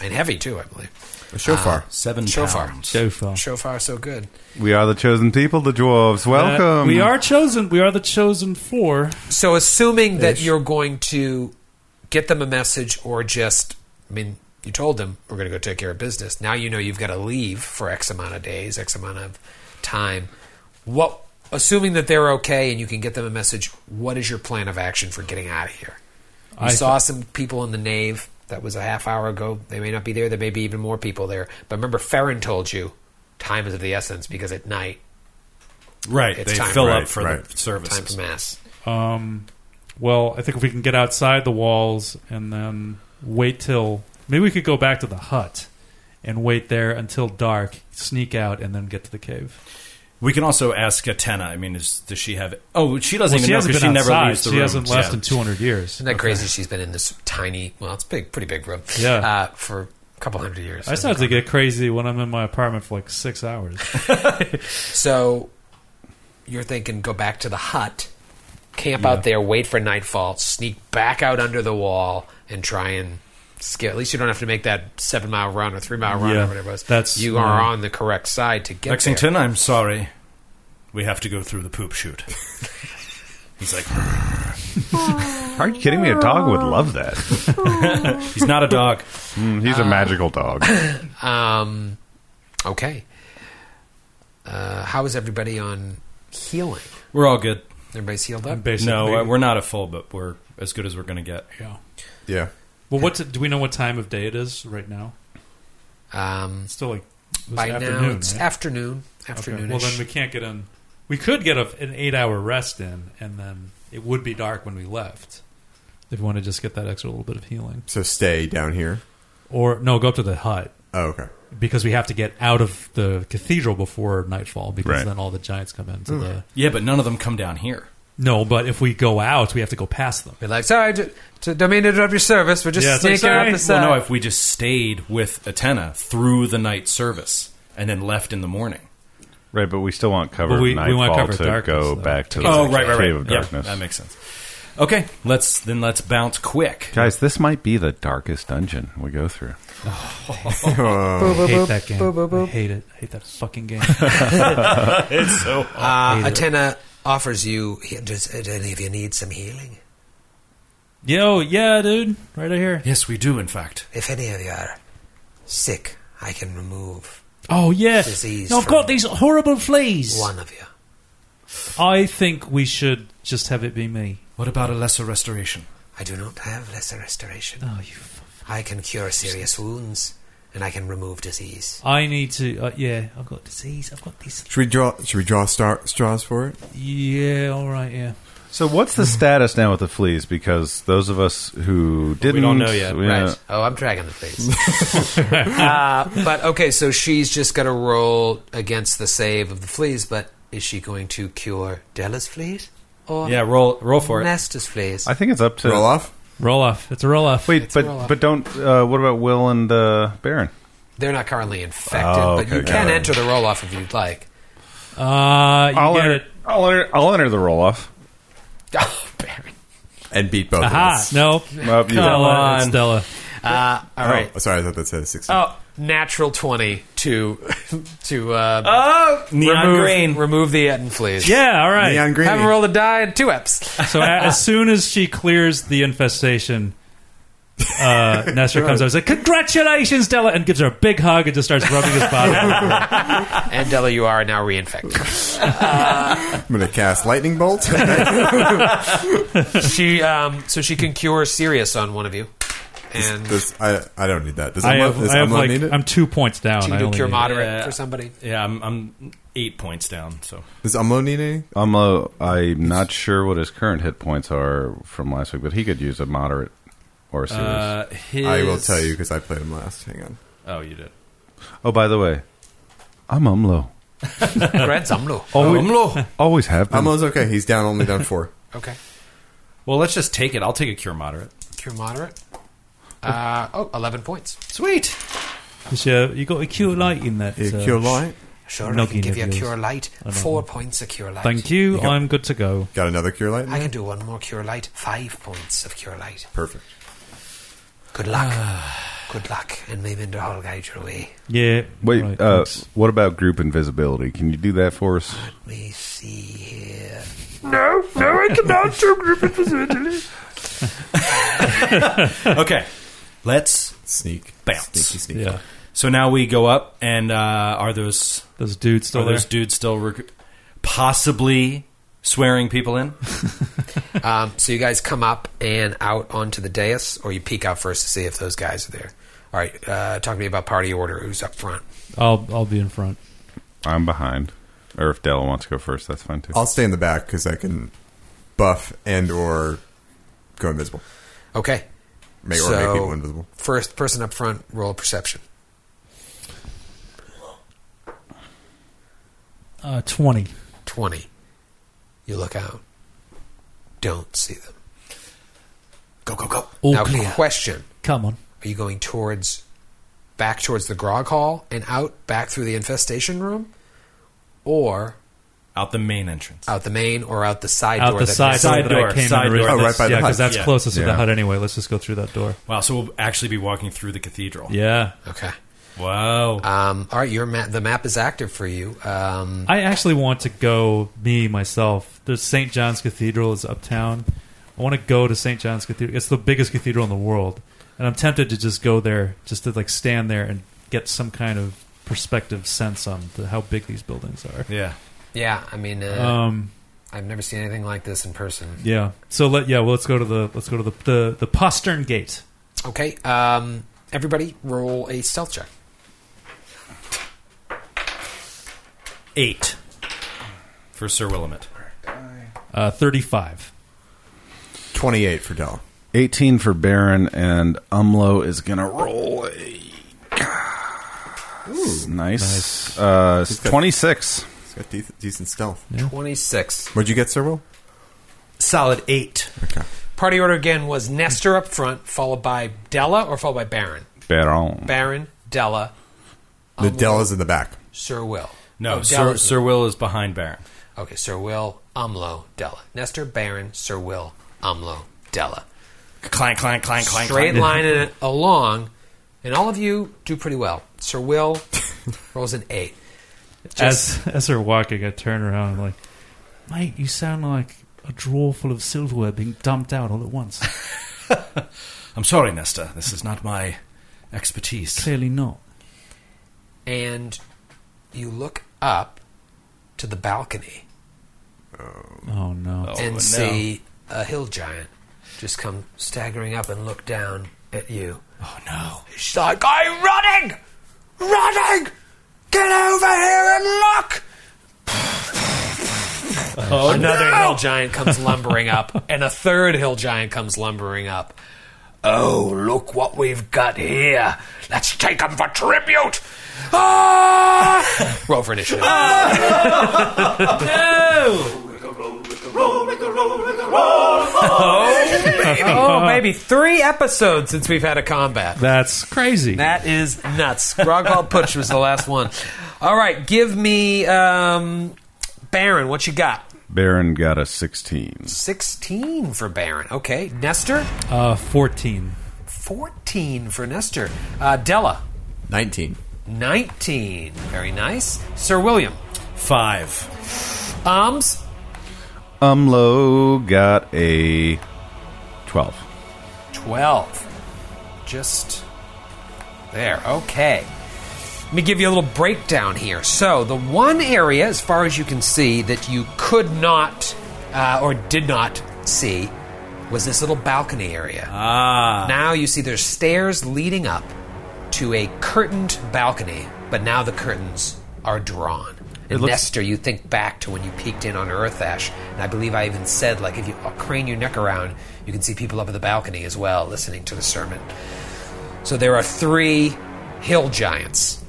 Speaker 4: And heavy too, I believe.
Speaker 7: enough. A shofar.
Speaker 8: Seven
Speaker 4: So far.
Speaker 8: pounds.
Speaker 6: So far.
Speaker 4: So far so good.
Speaker 5: We are the chosen people, the dwarves. Welcome.
Speaker 6: Uh, we are chosen. We are the chosen four.
Speaker 4: So assuming that you're going to get them a message or just I mean, you told them we're gonna go take care of business. Now you know you've got to leave for X amount of days, X amount of time. What assuming that they're okay and you can get them a message, what is your plan of action for getting out of here? You
Speaker 6: I
Speaker 4: saw some people in the nave that was a half hour ago. They may not be there, there may be even more people there. But remember Farron told you time is of the essence because at night
Speaker 8: Right.
Speaker 4: It's
Speaker 8: they
Speaker 4: time.
Speaker 8: fill
Speaker 7: Right,
Speaker 8: up for
Speaker 7: right.
Speaker 8: the
Speaker 4: time for
Speaker 8: services.
Speaker 4: mass.
Speaker 6: Um, well, I think if we can get outside the walls and then wait till maybe we could go back to the hut and wait there until dark, sneak out, and then get to the cave.
Speaker 8: We can also ask Atena. I mean, is, does she have. Oh, she doesn't
Speaker 6: Well,
Speaker 8: even
Speaker 6: she
Speaker 8: know because
Speaker 6: hasn't
Speaker 8: she
Speaker 6: been
Speaker 8: never
Speaker 6: outside.
Speaker 8: leaves the
Speaker 6: she
Speaker 8: room.
Speaker 6: hasn't left
Speaker 8: Yeah.
Speaker 6: in 200 years.
Speaker 4: Isn't that crazy? She's been in this tiny, well, it's big, pretty big room
Speaker 6: Yeah.
Speaker 4: uh, for a couple hundred years.
Speaker 6: I start to get crazy when I'm in my apartment for like six hours.
Speaker 4: So you're thinking go back to the hut, camp out there, wait for nightfall, sneak back out under the wall, and try and scare. At least you don't have to make that seven mile run or three mile run
Speaker 6: Yeah,
Speaker 4: or whatever it was.
Speaker 6: that's-
Speaker 4: you are
Speaker 6: yeah.
Speaker 4: on the correct side to get there.
Speaker 8: Lexington, I'm sorry. We have to go through the poop chute. He's like,
Speaker 5: Are you kidding me? A dog would love that.
Speaker 2: He's not a dog.
Speaker 5: Mm, he's a magical dog.
Speaker 4: Um, okay. Uh, how is everybody on healing?
Speaker 2: We're all good.
Speaker 4: Everybody's healed up.
Speaker 6: Basically,
Speaker 2: No, uh, we're not at full, but we're as good as we're going to get.
Speaker 6: Yeah.
Speaker 7: Yeah.
Speaker 6: Well, what's it, do we know what time of day it is right now?
Speaker 4: Um,
Speaker 6: It's still like it was
Speaker 4: by
Speaker 6: afternoon.
Speaker 4: now, it's
Speaker 6: right?
Speaker 4: afternoon.
Speaker 6: Okay.
Speaker 4: Afternoonish.
Speaker 6: Well, then we can't get in. We could get a, an eight-hour rest in, and then it would be dark when we left. If you want to just get that extra little bit of healing,
Speaker 7: So stay down here.
Speaker 6: or no, go up to the hut
Speaker 7: Oh, okay.
Speaker 6: because we have to get out of the cathedral before nightfall. Because
Speaker 5: Right.
Speaker 6: then all the giants come into the.
Speaker 2: Yeah, but none of them come down here.
Speaker 6: No, but if we go out, we have to go past them.
Speaker 4: Be like, sorry, j- j- don't mean to interrupt your service. We're just
Speaker 6: Yeah, it's like,
Speaker 4: sneaking
Speaker 6: sorry.
Speaker 4: up the
Speaker 2: Well,
Speaker 4: side.
Speaker 2: no, if we just stayed with Atena through the night service and then left in the morning.
Speaker 5: Right, but we still want cover
Speaker 6: But we-
Speaker 5: of
Speaker 6: we want
Speaker 5: nightfall
Speaker 6: cover of
Speaker 5: to
Speaker 6: darkness,
Speaker 5: go
Speaker 6: though.
Speaker 5: back to
Speaker 2: Oh,
Speaker 5: the
Speaker 2: right, right,
Speaker 5: cave
Speaker 2: right.
Speaker 5: of
Speaker 2: Yeah,
Speaker 5: darkness.
Speaker 2: that makes sense. Okay, let's then let's bounce quick.
Speaker 5: Guys, this might be the darkest dungeon we go through.
Speaker 6: I hate that game. I hate it. I hate that fucking game.
Speaker 4: uh,
Speaker 6: hate it.
Speaker 4: Atena offers you. he- Does, do any of you need some healing?
Speaker 6: Yo, yeah, dude, right out here.
Speaker 2: Yes, we do. In fact,
Speaker 4: If any of you are sick, I can remove
Speaker 6: Oh yeah,
Speaker 4: Disease
Speaker 6: No, I've
Speaker 4: from-
Speaker 6: got these horrible fleas.
Speaker 4: one of you.
Speaker 6: I think we should just have it be me.
Speaker 2: what about a lesser restoration?
Speaker 4: I do not have lesser restoration.
Speaker 6: Oh, you. F-
Speaker 4: I can cure serious wounds, and I can remove disease.
Speaker 6: I need to. Uh, yeah, I've got disease. I've got this.
Speaker 7: Should we draw? Should we draw star, straws for it?
Speaker 6: Yeah, all right. Yeah.
Speaker 5: So, what's the status now with the fleas? Because those of us who didn't,
Speaker 2: don't know yet.
Speaker 5: we-
Speaker 4: Right. Oh, I'm dragging the face. uh, but okay, so she's just going to roll against the save of the fleas, but is she going to cure Della's fleas? Or
Speaker 2: Yeah, roll roll for it.
Speaker 4: Nestor's fleas?
Speaker 5: I think it's up to
Speaker 7: Roll off.
Speaker 6: Roll off. It's a roll off.
Speaker 5: Wait,
Speaker 4: It's
Speaker 5: but
Speaker 4: roll off.
Speaker 5: but don't. Uh, what about Will and uh, Baron?
Speaker 4: They're not currently infected,
Speaker 5: Oh,
Speaker 4: but you
Speaker 5: okay,
Speaker 4: can
Speaker 5: got it.
Speaker 4: enter the roll off if you'd like.
Speaker 6: Uh, you
Speaker 5: I'll
Speaker 6: get
Speaker 5: enter,
Speaker 6: it.
Speaker 5: I'll enter. I'll enter the roll off.
Speaker 4: Oh, Baron.
Speaker 7: and beat both. Of
Speaker 6: Aha.
Speaker 7: us.
Speaker 6: No.
Speaker 5: Well, you-
Speaker 6: Stella,
Speaker 2: on.
Speaker 6: it's Stella.
Speaker 4: Uh, all
Speaker 7: Oh,
Speaker 4: right.
Speaker 7: Sorry, I thought that said a sixteen.
Speaker 4: Oh, natural 20 to to uh,
Speaker 2: Oh, neon
Speaker 4: remove,
Speaker 2: green.
Speaker 4: remove the Etten fleas.
Speaker 6: Yeah. All right.
Speaker 7: Neon green.
Speaker 4: Haven't rolled a die in two eps.
Speaker 6: So a- as soon as she clears the infestation, uh, Nestor comes out and says, "Congratulations, Stella," and gives her a big hug and just starts rubbing his body.
Speaker 4: and Della, you are now reinfected.
Speaker 7: I'm going to cast lightning bolt.
Speaker 4: she um, so she can cure Sirius on one of you, and
Speaker 7: Does- I, I don't need that. Does
Speaker 6: I
Speaker 7: Umla-
Speaker 6: have,
Speaker 7: does
Speaker 6: I have
Speaker 7: Umla
Speaker 6: like,
Speaker 7: need it?
Speaker 6: I'm two points down.
Speaker 4: she
Speaker 6: I
Speaker 4: can do
Speaker 6: only
Speaker 4: cure
Speaker 6: need-
Speaker 4: moderate
Speaker 2: Yeah.
Speaker 4: for somebody.
Speaker 2: Yeah, I'm, I'm eight points down. So
Speaker 7: does Umlo need any?
Speaker 5: I'm low. I'm not sure what his current hit points are from last week, but he could use a moderate or a serious.
Speaker 2: uh, his...
Speaker 7: I will tell you because I played him last. Hang on.
Speaker 2: Oh, you did.
Speaker 5: oh, by the way, I'm Umlo.
Speaker 4: Grand Zamlo.
Speaker 6: Oh,
Speaker 5: Always,
Speaker 2: Umlo.
Speaker 5: always have been.
Speaker 7: Umlo's okay. He's down. Only down four.
Speaker 4: Okay,
Speaker 2: Well, let's just take it. I'll take a cure moderate.
Speaker 4: cure moderate. Uh, oh, 11 points.
Speaker 2: Sweet.
Speaker 6: Yeah, you got a cure light in that. uh,
Speaker 7: Cure light.
Speaker 4: Sure, I
Speaker 6: Noggin
Speaker 4: can give
Speaker 6: of
Speaker 4: you a
Speaker 6: yours.
Speaker 4: cure light.
Speaker 6: don't
Speaker 4: Four
Speaker 6: know.
Speaker 4: points of cure light.
Speaker 6: Thank you.
Speaker 7: got-
Speaker 6: I'm good to go.
Speaker 7: Got another cure light.
Speaker 4: I can do one more cure light. Five points of cure light.
Speaker 7: Perfect.
Speaker 4: Good luck. Good luck, and may Minderhall guide your way.
Speaker 6: Yeah.
Speaker 5: Wait,
Speaker 6: right,
Speaker 5: uh,
Speaker 6: thanks.
Speaker 5: what about group invisibility? Can you do that for us?
Speaker 4: Let me see here.
Speaker 2: Okay, let's
Speaker 7: Sneak.
Speaker 2: Bounce.
Speaker 7: Sneaky sneak.
Speaker 6: yeah.
Speaker 2: So now we go up, and uh, are those
Speaker 6: Those dudes still
Speaker 2: are
Speaker 6: there.
Speaker 2: those dudes still rec- possibly swearing people in?
Speaker 4: Um, so you guys come up and out onto the dais, or you peek out first to see if those guys are there. All right, uh, talk to me about party order. Who's up front?
Speaker 6: I'll I'll be in front.
Speaker 5: I'm behind. Or if Della wants to go first, that's fine too.
Speaker 7: I'll stay in the back because I can buff and or go invisible.
Speaker 4: Okay.
Speaker 7: Make, or
Speaker 4: So-
Speaker 7: make people invisible.
Speaker 4: First person up front, roll perception.
Speaker 6: Uh, Twenty.
Speaker 4: 20. You look out. Don't see them. Go, go, go.
Speaker 6: All
Speaker 4: now,
Speaker 6: clear.
Speaker 4: question.
Speaker 6: Come on.
Speaker 4: Are you going towards, back towards the grog hall and out, back through the infestation room? Or
Speaker 2: Out the main entrance.
Speaker 4: out the main or out the side
Speaker 6: Out
Speaker 4: door?
Speaker 6: the
Speaker 4: that
Speaker 6: side,
Speaker 4: leads-
Speaker 2: Side
Speaker 6: door
Speaker 2: door,
Speaker 6: That I came
Speaker 2: side
Speaker 6: in
Speaker 2: door.
Speaker 6: originally.
Speaker 7: Oh, right by the
Speaker 6: yeah, because
Speaker 7: hut.
Speaker 6: that's
Speaker 2: Yeah.
Speaker 6: closest to
Speaker 5: Yeah.
Speaker 6: the hut anyway. Let's just go through that door.
Speaker 2: Wow. So we'll actually be walking through the cathedral.
Speaker 6: Yeah.
Speaker 4: Okay.
Speaker 2: Wow.
Speaker 4: Um, all right, your map, the map is active for you. Um,
Speaker 6: I actually want to go. Me myself. The St. John's Cathedral is uptown. I want to go to St. John's Cathedral. It's the biggest cathedral in the world, and I'm tempted to just go there, just to like stand there and get some kind of perspective sense on the, how big these buildings are.
Speaker 2: Yeah.
Speaker 4: Yeah, I mean, uh,
Speaker 6: Um,
Speaker 4: I've never seen anything like this in person.
Speaker 6: yeah. So let yeah. Well, let's go to the let's go to the the, the postern gate.
Speaker 4: Okay, um, everybody, roll a stealth check.
Speaker 2: Eight for Sir Willamette.
Speaker 6: Uh, Thirty-five.
Speaker 7: 28 for Dell.
Speaker 5: 18 for Baron, and Umlo is going to roll a. Nice. Uh, it's
Speaker 7: got-
Speaker 5: 26.
Speaker 7: He's got de- decent stealth.
Speaker 4: 26.
Speaker 7: What'd you get, Sir Will?
Speaker 2: Solid eight.
Speaker 4: Party order again was Nestor up front, followed by Della, or followed by Baron?
Speaker 5: Baron.
Speaker 4: Baron, Della,
Speaker 7: The
Speaker 4: Um,
Speaker 7: Dell is in the back.
Speaker 4: Sir Will.
Speaker 2: No,
Speaker 4: Oh,
Speaker 2: Sir,
Speaker 4: Della-
Speaker 2: Sir Will is behind Baron.
Speaker 4: Okay, Sir Will, Umlo, Della. Nestor, Baron, Sir Will, Umlo, Della.
Speaker 2: Clank, clank, clank, clank.
Speaker 4: Straight
Speaker 2: clank.
Speaker 4: lining it along, and all of you do pretty well. Sir Will rolls an eight.
Speaker 6: as as they're walking, I turn around and I'm like, mate, you sound like a drawer full of silverware being dumped out all at once.
Speaker 2: I'm sorry, Nesta. This is not my expertise.
Speaker 6: Clearly not.
Speaker 4: and you look up to the balcony
Speaker 6: Oh no.
Speaker 2: Oh, no.
Speaker 4: and see a hill giant just come staggering up and look down at you.
Speaker 2: Oh, no.
Speaker 4: She's like, I'm running! Running! Get over here and look! Oh, Another hill giant comes lumbering up, and a third hill giant comes lumbering up. Oh, look what we've got here. Let's take them for tribute. Ah! Roll for initiative. oh, maybe three episodes since we've had a combat.
Speaker 6: That's crazy.
Speaker 4: That is nuts. Groghog Putsch was the last one. All right, give me um, Baron. What you got?
Speaker 5: Baron got a 16.
Speaker 4: 16 for Baron. Okay. Nestor?
Speaker 6: uh, fourteen.
Speaker 4: 14 for Nestor. Uh, Della?
Speaker 7: 19.
Speaker 4: 19. Very nice. Sir William?
Speaker 2: Five.
Speaker 4: Arms?
Speaker 5: Umlo got a 12.
Speaker 4: 12. Just there. Okay. Let me give you a little breakdown here. So, the one area, as far as you can see, that you could not uh, or did not see was this little balcony area. Ah. Now you see there's stairs leading up to a curtained balcony, but now the curtains are drawn. And Nestor, you think back to when you peeked in on Earth Ash, and I believe I even said, like, if you crane your neck around, you can see people up at the balcony as well, listening to the sermon. So there are three hill giants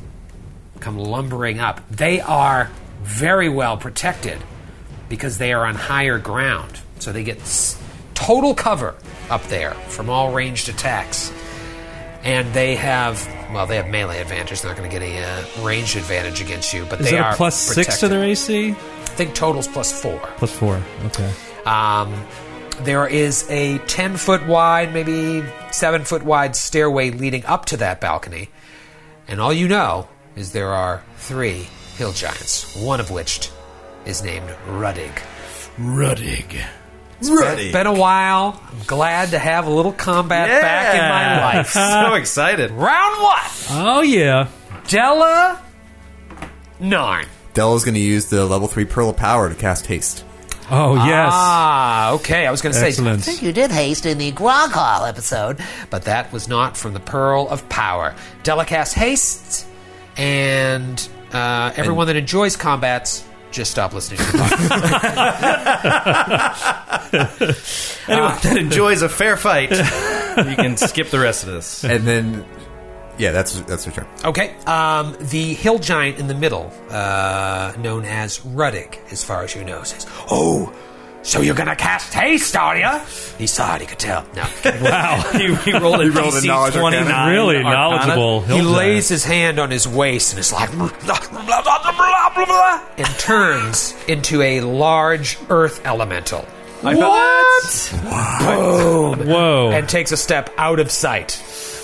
Speaker 4: come lumbering up. They are very well protected because they are on higher ground. So they get s- total cover up there from all ranged attacks. And they have, well, they have melee advantage. They're not going to get a uh, ranged advantage against you, but
Speaker 6: Is
Speaker 4: they
Speaker 6: that
Speaker 4: are
Speaker 6: a plus six to
Speaker 4: protected.
Speaker 6: their AC?
Speaker 4: I think total's plus four.
Speaker 6: Plus four. Okay.
Speaker 4: Um, there is a 10 foot wide, maybe 7 foot wide stairway leading up to that balcony. And all you know is there are three hill giants, one of which is named Ruddig.
Speaker 2: Ruddig.
Speaker 7: Ready.
Speaker 4: Been a while. I'm glad to have a little combat back in my life.
Speaker 2: so excited.
Speaker 4: Round one
Speaker 6: Oh yeah.
Speaker 4: Della Narn.
Speaker 7: Dell is going to use the level 3 Pearl of Power to cast Haste.
Speaker 6: Oh yes.
Speaker 4: Ah, okay. I was going to say,
Speaker 6: Excellent.
Speaker 4: I think you did haste in the Grog Hall episode, but that was not from the Pearl of Power. Delicast haste, and uh, everyone that enjoys combats, just stop listening to the podcast.
Speaker 2: Anyone that enjoys a fair fight, you can skip the rest of this.
Speaker 7: And then, yeah, that's that's her turn.
Speaker 4: okay. Um, the hill giant in the middle, uh, known as Ruddick, as far as you know, says, Oh, so you're going to cast haste, are you? He saw it, he could tell. No.
Speaker 2: he, he rolled a,
Speaker 7: rolled a
Speaker 2: DC
Speaker 7: knowledge arcana.
Speaker 2: 29
Speaker 6: really
Speaker 2: arcana.
Speaker 6: knowledgeable.
Speaker 4: He
Speaker 6: hill
Speaker 4: lays his hand on his waist and is like, "Blah, blah, blah, blah, blah, blah, blah," and turns into a large earth elemental
Speaker 2: What?
Speaker 6: giant. Whoa.
Speaker 4: and takes a step out of sight.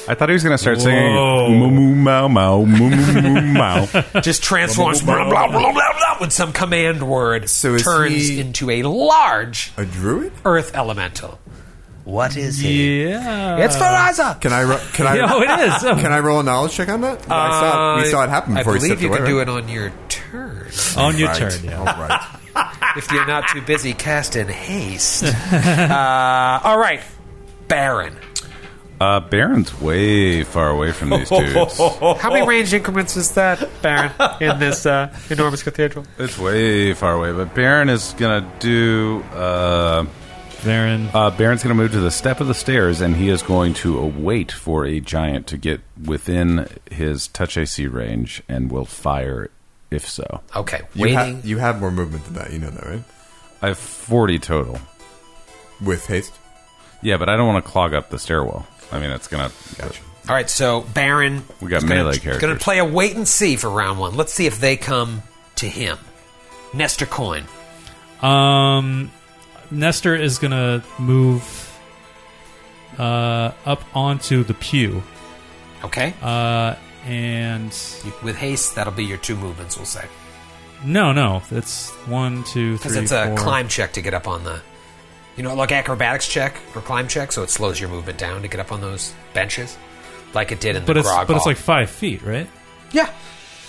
Speaker 5: I thought he was going to start singing
Speaker 6: Whoa.
Speaker 5: moo moo mow mow moo moo moo mow.
Speaker 4: Just transforms blah, blah, blah, blah, blah, with some command word,
Speaker 7: So is
Speaker 4: turns
Speaker 7: he-
Speaker 4: into a large
Speaker 7: A druid?
Speaker 4: earth elemental. What is he?
Speaker 6: Yeah,
Speaker 4: It's Farazza.
Speaker 7: Uh, Can I? Ro- can I?
Speaker 6: Oh, it is. Oh.
Speaker 7: Can I roll a knowledge check on that? I saw it, we saw it happen before
Speaker 4: Uh, I
Speaker 7: he
Speaker 4: believe
Speaker 7: stepped
Speaker 4: you
Speaker 7: away.
Speaker 4: can do
Speaker 7: right?
Speaker 4: it on your turn
Speaker 6: on your
Speaker 7: Right.
Speaker 6: turn. Yeah.
Speaker 7: All right.
Speaker 4: if you're not too busy casting haste. uh, all right, Baron.
Speaker 5: Uh, Baron's way far away from these dudes.
Speaker 4: How many range increments is that, Baron, in this uh, enormous cathedral?
Speaker 5: it's way far away, but Baron is gonna do. Uh,
Speaker 6: Varen.
Speaker 5: uh, Baron's gonna move to the step of the stairs, and he is going to wait for a giant to get within his touch AC range, and will fire if so.
Speaker 4: Okay,
Speaker 7: You,
Speaker 4: waiting.
Speaker 7: ha- you have more movement than that. You know that, right?
Speaker 5: I have forty total.
Speaker 7: With haste.
Speaker 5: Yeah, but I don't want to clog up the stairwell. I mean, it's gonna.
Speaker 4: all right, so Baron.
Speaker 5: We got
Speaker 4: is gonna,
Speaker 5: melee
Speaker 4: Going
Speaker 5: characters.
Speaker 4: to play a wait and see for round one. Let's see if they come to him. Nestor Coin.
Speaker 6: Um, Nestor is gonna move uh, up onto the pew,
Speaker 4: Okay,
Speaker 6: uh, and
Speaker 4: You- with haste, that'll be your two movements. We'll say
Speaker 6: no, no, that's one, two,
Speaker 4: because
Speaker 6: three,
Speaker 4: it's a
Speaker 6: four.
Speaker 4: climb check to get up on the. You know, like acrobatics check or climb check, so it slows your movement down to get up on those benches, like it did in
Speaker 6: but
Speaker 4: the
Speaker 6: it's
Speaker 4: grog
Speaker 6: but it's
Speaker 4: Hall.
Speaker 6: like five feet, right?
Speaker 4: yeah,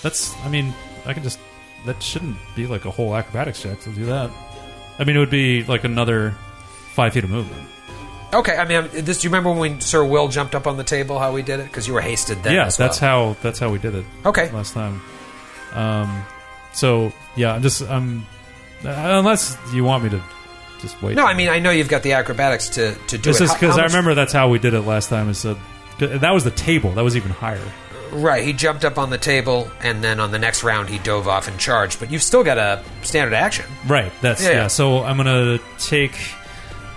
Speaker 6: That's I mean, I could just that shouldn't be like a whole acrobatics check to do that. I mean, it would be like another five feet of movement.
Speaker 4: Okay, I mean, I'm- this. Do you remember when Sir Will jumped up on the table? How we did it? Because you were hasted then.
Speaker 6: yeah,
Speaker 4: as
Speaker 6: that's
Speaker 4: well.
Speaker 6: how that's how we did it.
Speaker 4: Okay.
Speaker 6: last time. Um, so yeah, I'm just I'm unless you want me to just wait.
Speaker 4: No, I mean, I know you've got the acrobatics to to do
Speaker 6: This
Speaker 4: it.
Speaker 6: is
Speaker 4: How-
Speaker 6: because
Speaker 4: how
Speaker 6: I
Speaker 4: much-
Speaker 6: remember that's how we did it last time. Is uh, that was the table that was even higher.
Speaker 4: Right, he jumped up on the table, and then on the next round he dove off and charged. But you've still got a standard action.
Speaker 6: Right. That's
Speaker 4: Yeah.
Speaker 6: yeah. so I'm gonna take.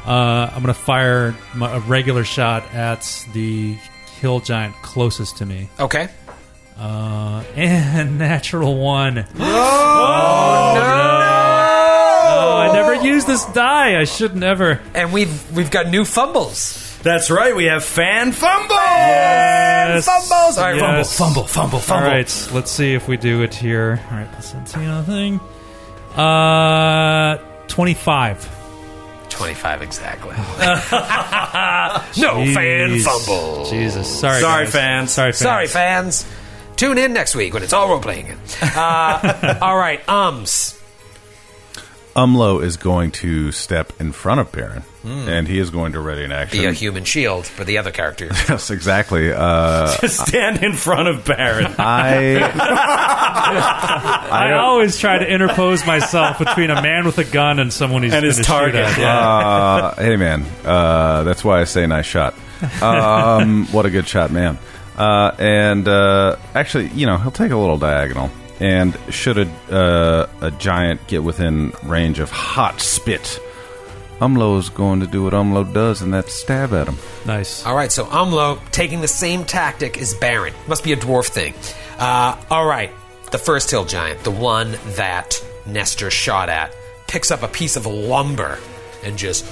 Speaker 6: Uh, I'm gonna fire my, a regular shot at the hill giant closest to me,
Speaker 4: Okay.
Speaker 6: uh, and natural one. Oh, I never used this die. I should never.
Speaker 4: And we've we've got new fumbles.
Speaker 2: That's right. We have fan fumble.
Speaker 6: Yes.
Speaker 4: fumbles! All right,
Speaker 6: Yes.
Speaker 2: Fumble, fumble, fumble.
Speaker 6: All right, let's see if we do it here. All right, let's see anything. Uh, twenty-five.
Speaker 4: Twenty-five exactly.
Speaker 2: No fan
Speaker 6: Jeez.
Speaker 2: fumble.
Speaker 6: Jesus, sorry,
Speaker 2: Sorry,
Speaker 6: guys.
Speaker 2: fans.
Speaker 6: Sorry, fans.
Speaker 4: Sorry, fans. Tune in next week when it's all role playing. again. Uh, all right, ums.
Speaker 5: Umlo is going to step in front of Baron, and he is going to ready an action.
Speaker 4: Hmm. Be a human shield for the other character.
Speaker 5: Yes, exactly. Uh,
Speaker 2: Stand in front of Baron.
Speaker 5: I
Speaker 6: I always try to interpose myself between a man with a gun and someone he's
Speaker 2: And his
Speaker 6: gonna shoot
Speaker 2: target,
Speaker 6: at.
Speaker 2: yeah.
Speaker 5: uh, hey man, uh, that's why I say nice shot. Um, what a good shot, man. Uh, and uh, actually, you know, he'll take a little diagonal. And should a, uh, a giant get within range of hot spit, Umlo's going to do what Umlo does, and that's stab at him.
Speaker 6: Nice.
Speaker 4: All right, so Umlo taking the same tactic as Baron. Must be a dwarf thing. Uh, all right, the first hill giant, the one that Nestor shot at, picks up a piece of lumber and just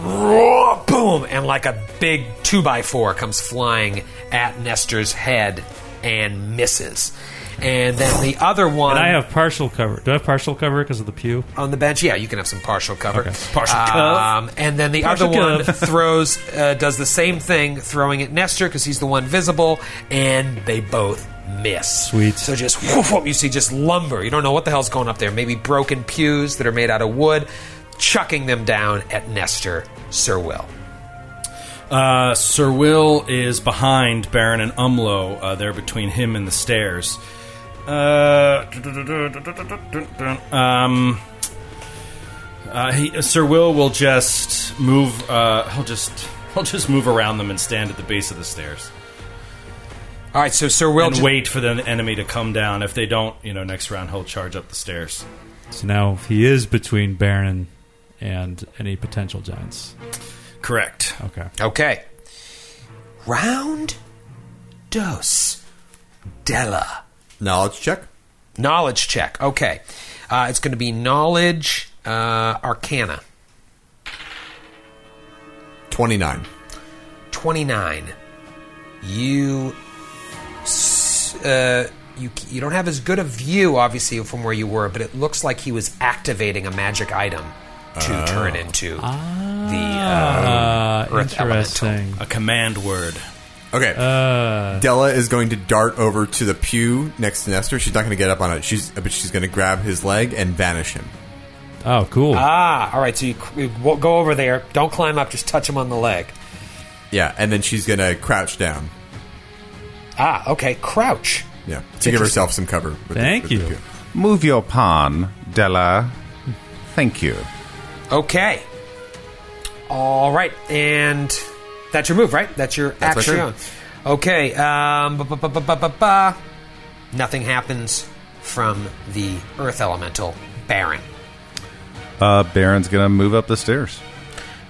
Speaker 4: roar, boom, and like a big two by four comes flying at Nestor's head and misses. And then the other one
Speaker 6: And I have partial cover. Do I have partial cover because of the pew?
Speaker 4: on the bench. Yeah, you can have some partial cover.
Speaker 2: Partial
Speaker 4: Um, and then the
Speaker 6: Partial
Speaker 4: other one
Speaker 6: cuff.
Speaker 4: throws, uh, does the same thing, throwing at Nestor because he's the one visible, and they both miss.
Speaker 6: Sweet.
Speaker 4: So just whoop, whoop, you see just lumber. You don't know what the hell's going up there. Maybe broken pews that are made out of wood, chucking them down at Nestor, Sir Will.
Speaker 2: Uh, Sir Will is behind Baron and Umlo. Uh, they're between him and the stairs. Uh, um, uh, he, Sir Will will just move. Uh, he'll just he'll just move around them and stand at the base of the stairs
Speaker 4: All right, so Sir Will
Speaker 2: and
Speaker 4: ju-
Speaker 2: wait for the enemy to come down. If they don't, you know, next round he'll charge up the stairs.
Speaker 6: So now he is between Baron and any potential giants.
Speaker 2: Correct.
Speaker 6: Okay.
Speaker 4: Okay. Round dos. Della.
Speaker 7: Knowledge check.
Speaker 4: Knowledge check. Okay. Uh, it's going to be knowledge uh, arcana.
Speaker 7: Twenty nine.
Speaker 4: 29. You. s- Uh, you, you don't have as good a view, obviously, from where you were, but it looks like he was activating a magic item to turn into
Speaker 6: Ah,
Speaker 4: the um, earth elemental.
Speaker 6: interesting.
Speaker 2: A command word.
Speaker 7: Okay.
Speaker 6: Uh.
Speaker 7: Della is going to dart over to the pew next to Nestor. She's not going to get up on it. She's but she's going to grab his leg and vanish him.
Speaker 6: Oh, cool.
Speaker 4: Ah, all right. So you, you wo- go over there. Don't climb up. Just touch him on the leg.
Speaker 7: Yeah, and then she's going to crouch down.
Speaker 4: Ah, okay. Crouch.
Speaker 7: Yeah, to give herself some cover. With the-
Speaker 6: Thank
Speaker 7: with the
Speaker 6: you.
Speaker 7: pew.
Speaker 5: Move your pawn, Della. Thank you.
Speaker 4: Okay. All right, and that's your move, right? That's your
Speaker 7: my
Speaker 4: action.
Speaker 7: turn.
Speaker 4: Okay. Um, ba- ba- ba- ba- ba- ba- ba. Nothing happens from the earth elemental Baron.
Speaker 5: Uh, Baron's gonna move up the stairs,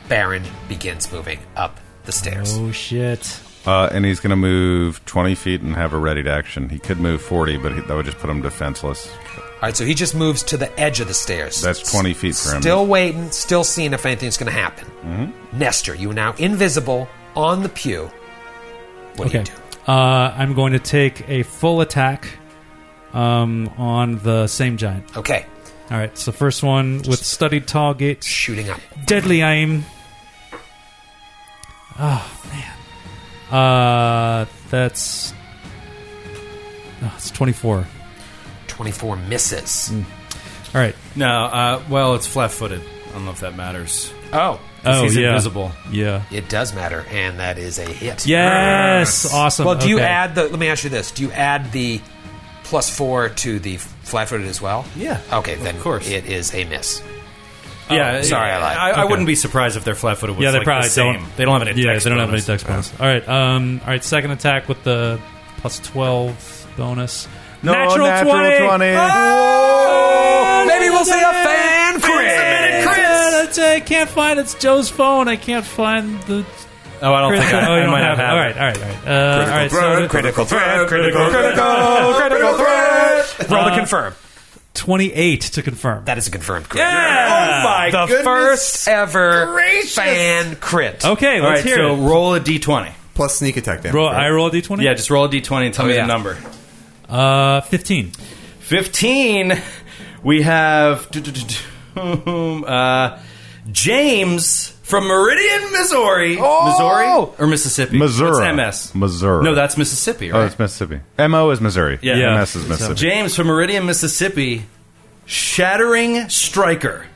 Speaker 4: Baron begins moving up the stairs.
Speaker 6: oh shit.
Speaker 5: uh, and he's gonna move twenty feet and have a ready to action. He could move forty, but he, that would just put him defenseless.
Speaker 4: All right, so he just moves to the edge of the stairs.
Speaker 5: That's 20 feet for him.
Speaker 4: Still waiting, still seeing if anything's going to happen. Nestor, you are now invisible on the pew. What
Speaker 6: Okay.
Speaker 4: do you do?
Speaker 6: Uh, I'm going to take a full attack um, on the same giant.
Speaker 4: Okay,
Speaker 6: All right. So first one with studied target,
Speaker 4: shooting up.
Speaker 6: deadly aim. Oh man. Uh, that's. Oh, it's 24. All
Speaker 4: 24 misses.
Speaker 6: right.
Speaker 2: No, uh, well, it's flat-footed. I don't know if that matters.
Speaker 4: Oh,
Speaker 2: 'Cause
Speaker 6: Oh
Speaker 2: he's
Speaker 6: yeah.
Speaker 2: invisible.
Speaker 6: Yeah.
Speaker 4: It does matter, and that is a hit.
Speaker 6: Yes. Awesome.
Speaker 4: Well, do you
Speaker 6: Okay.
Speaker 4: add the? Let me ask you this: Do you add the plus four to the flat-footed as well?
Speaker 2: Yeah,
Speaker 4: Okay,
Speaker 2: of
Speaker 4: then
Speaker 2: course.
Speaker 4: it is a miss.
Speaker 6: Oh,
Speaker 2: Yeah,
Speaker 4: sorry, I
Speaker 2: I,
Speaker 4: lied.
Speaker 2: I,
Speaker 6: Okay.
Speaker 2: wouldn't be surprised if their flat-footed was
Speaker 6: Yeah, they
Speaker 2: like,
Speaker 6: probably
Speaker 2: the same.
Speaker 6: don't-
Speaker 2: They don't have any.
Speaker 6: Yeah,
Speaker 2: dex
Speaker 6: they don't have any
Speaker 2: bonus.
Speaker 6: dex bonus. All right, um, all right. Second attack with the plus twelve bonus.
Speaker 5: No, natural 20.
Speaker 6: Oh,
Speaker 4: Maybe we'll see a fan crit.
Speaker 6: That's, I can't find it's Joe's phone. I can't find the.
Speaker 2: Oh, I don't think I,
Speaker 6: oh, you
Speaker 2: I
Speaker 6: don't
Speaker 2: might
Speaker 6: have it.
Speaker 2: not have.
Speaker 6: All right, all right, all right. Uh, all right. So
Speaker 7: critical threat,
Speaker 5: critical
Speaker 7: critical, critical threat.
Speaker 4: Roll to confirm.
Speaker 6: twenty-eight to confirm.
Speaker 4: That is a confirmed crit. Oh my the
Speaker 7: goodness
Speaker 4: first ever fan crit.
Speaker 6: okay,
Speaker 2: All right,
Speaker 6: let's hear
Speaker 2: so
Speaker 6: it.
Speaker 2: roll a d20.
Speaker 7: Plus sneak attack damage.
Speaker 6: Roll,
Speaker 7: right?
Speaker 6: I roll a d twenty.
Speaker 2: Yeah, just roll a d20 and tell
Speaker 6: Oh,
Speaker 2: me
Speaker 4: yeah.
Speaker 2: the number.
Speaker 6: Uh, fifteen.
Speaker 2: 15. We have uh, James from Meridian, Missouri.
Speaker 6: Oh!
Speaker 2: Missouri or Mississippi?
Speaker 5: Missouri.
Speaker 2: What's MS?
Speaker 5: Missouri.
Speaker 2: No, that's Mississippi,
Speaker 5: Oh,
Speaker 2: right?
Speaker 5: it's Mississippi. Mo is Missouri.
Speaker 2: Yeah.
Speaker 6: Yeah.
Speaker 5: MS is Mississippi.
Speaker 2: James from Meridian, Mississippi. Shattering Striker.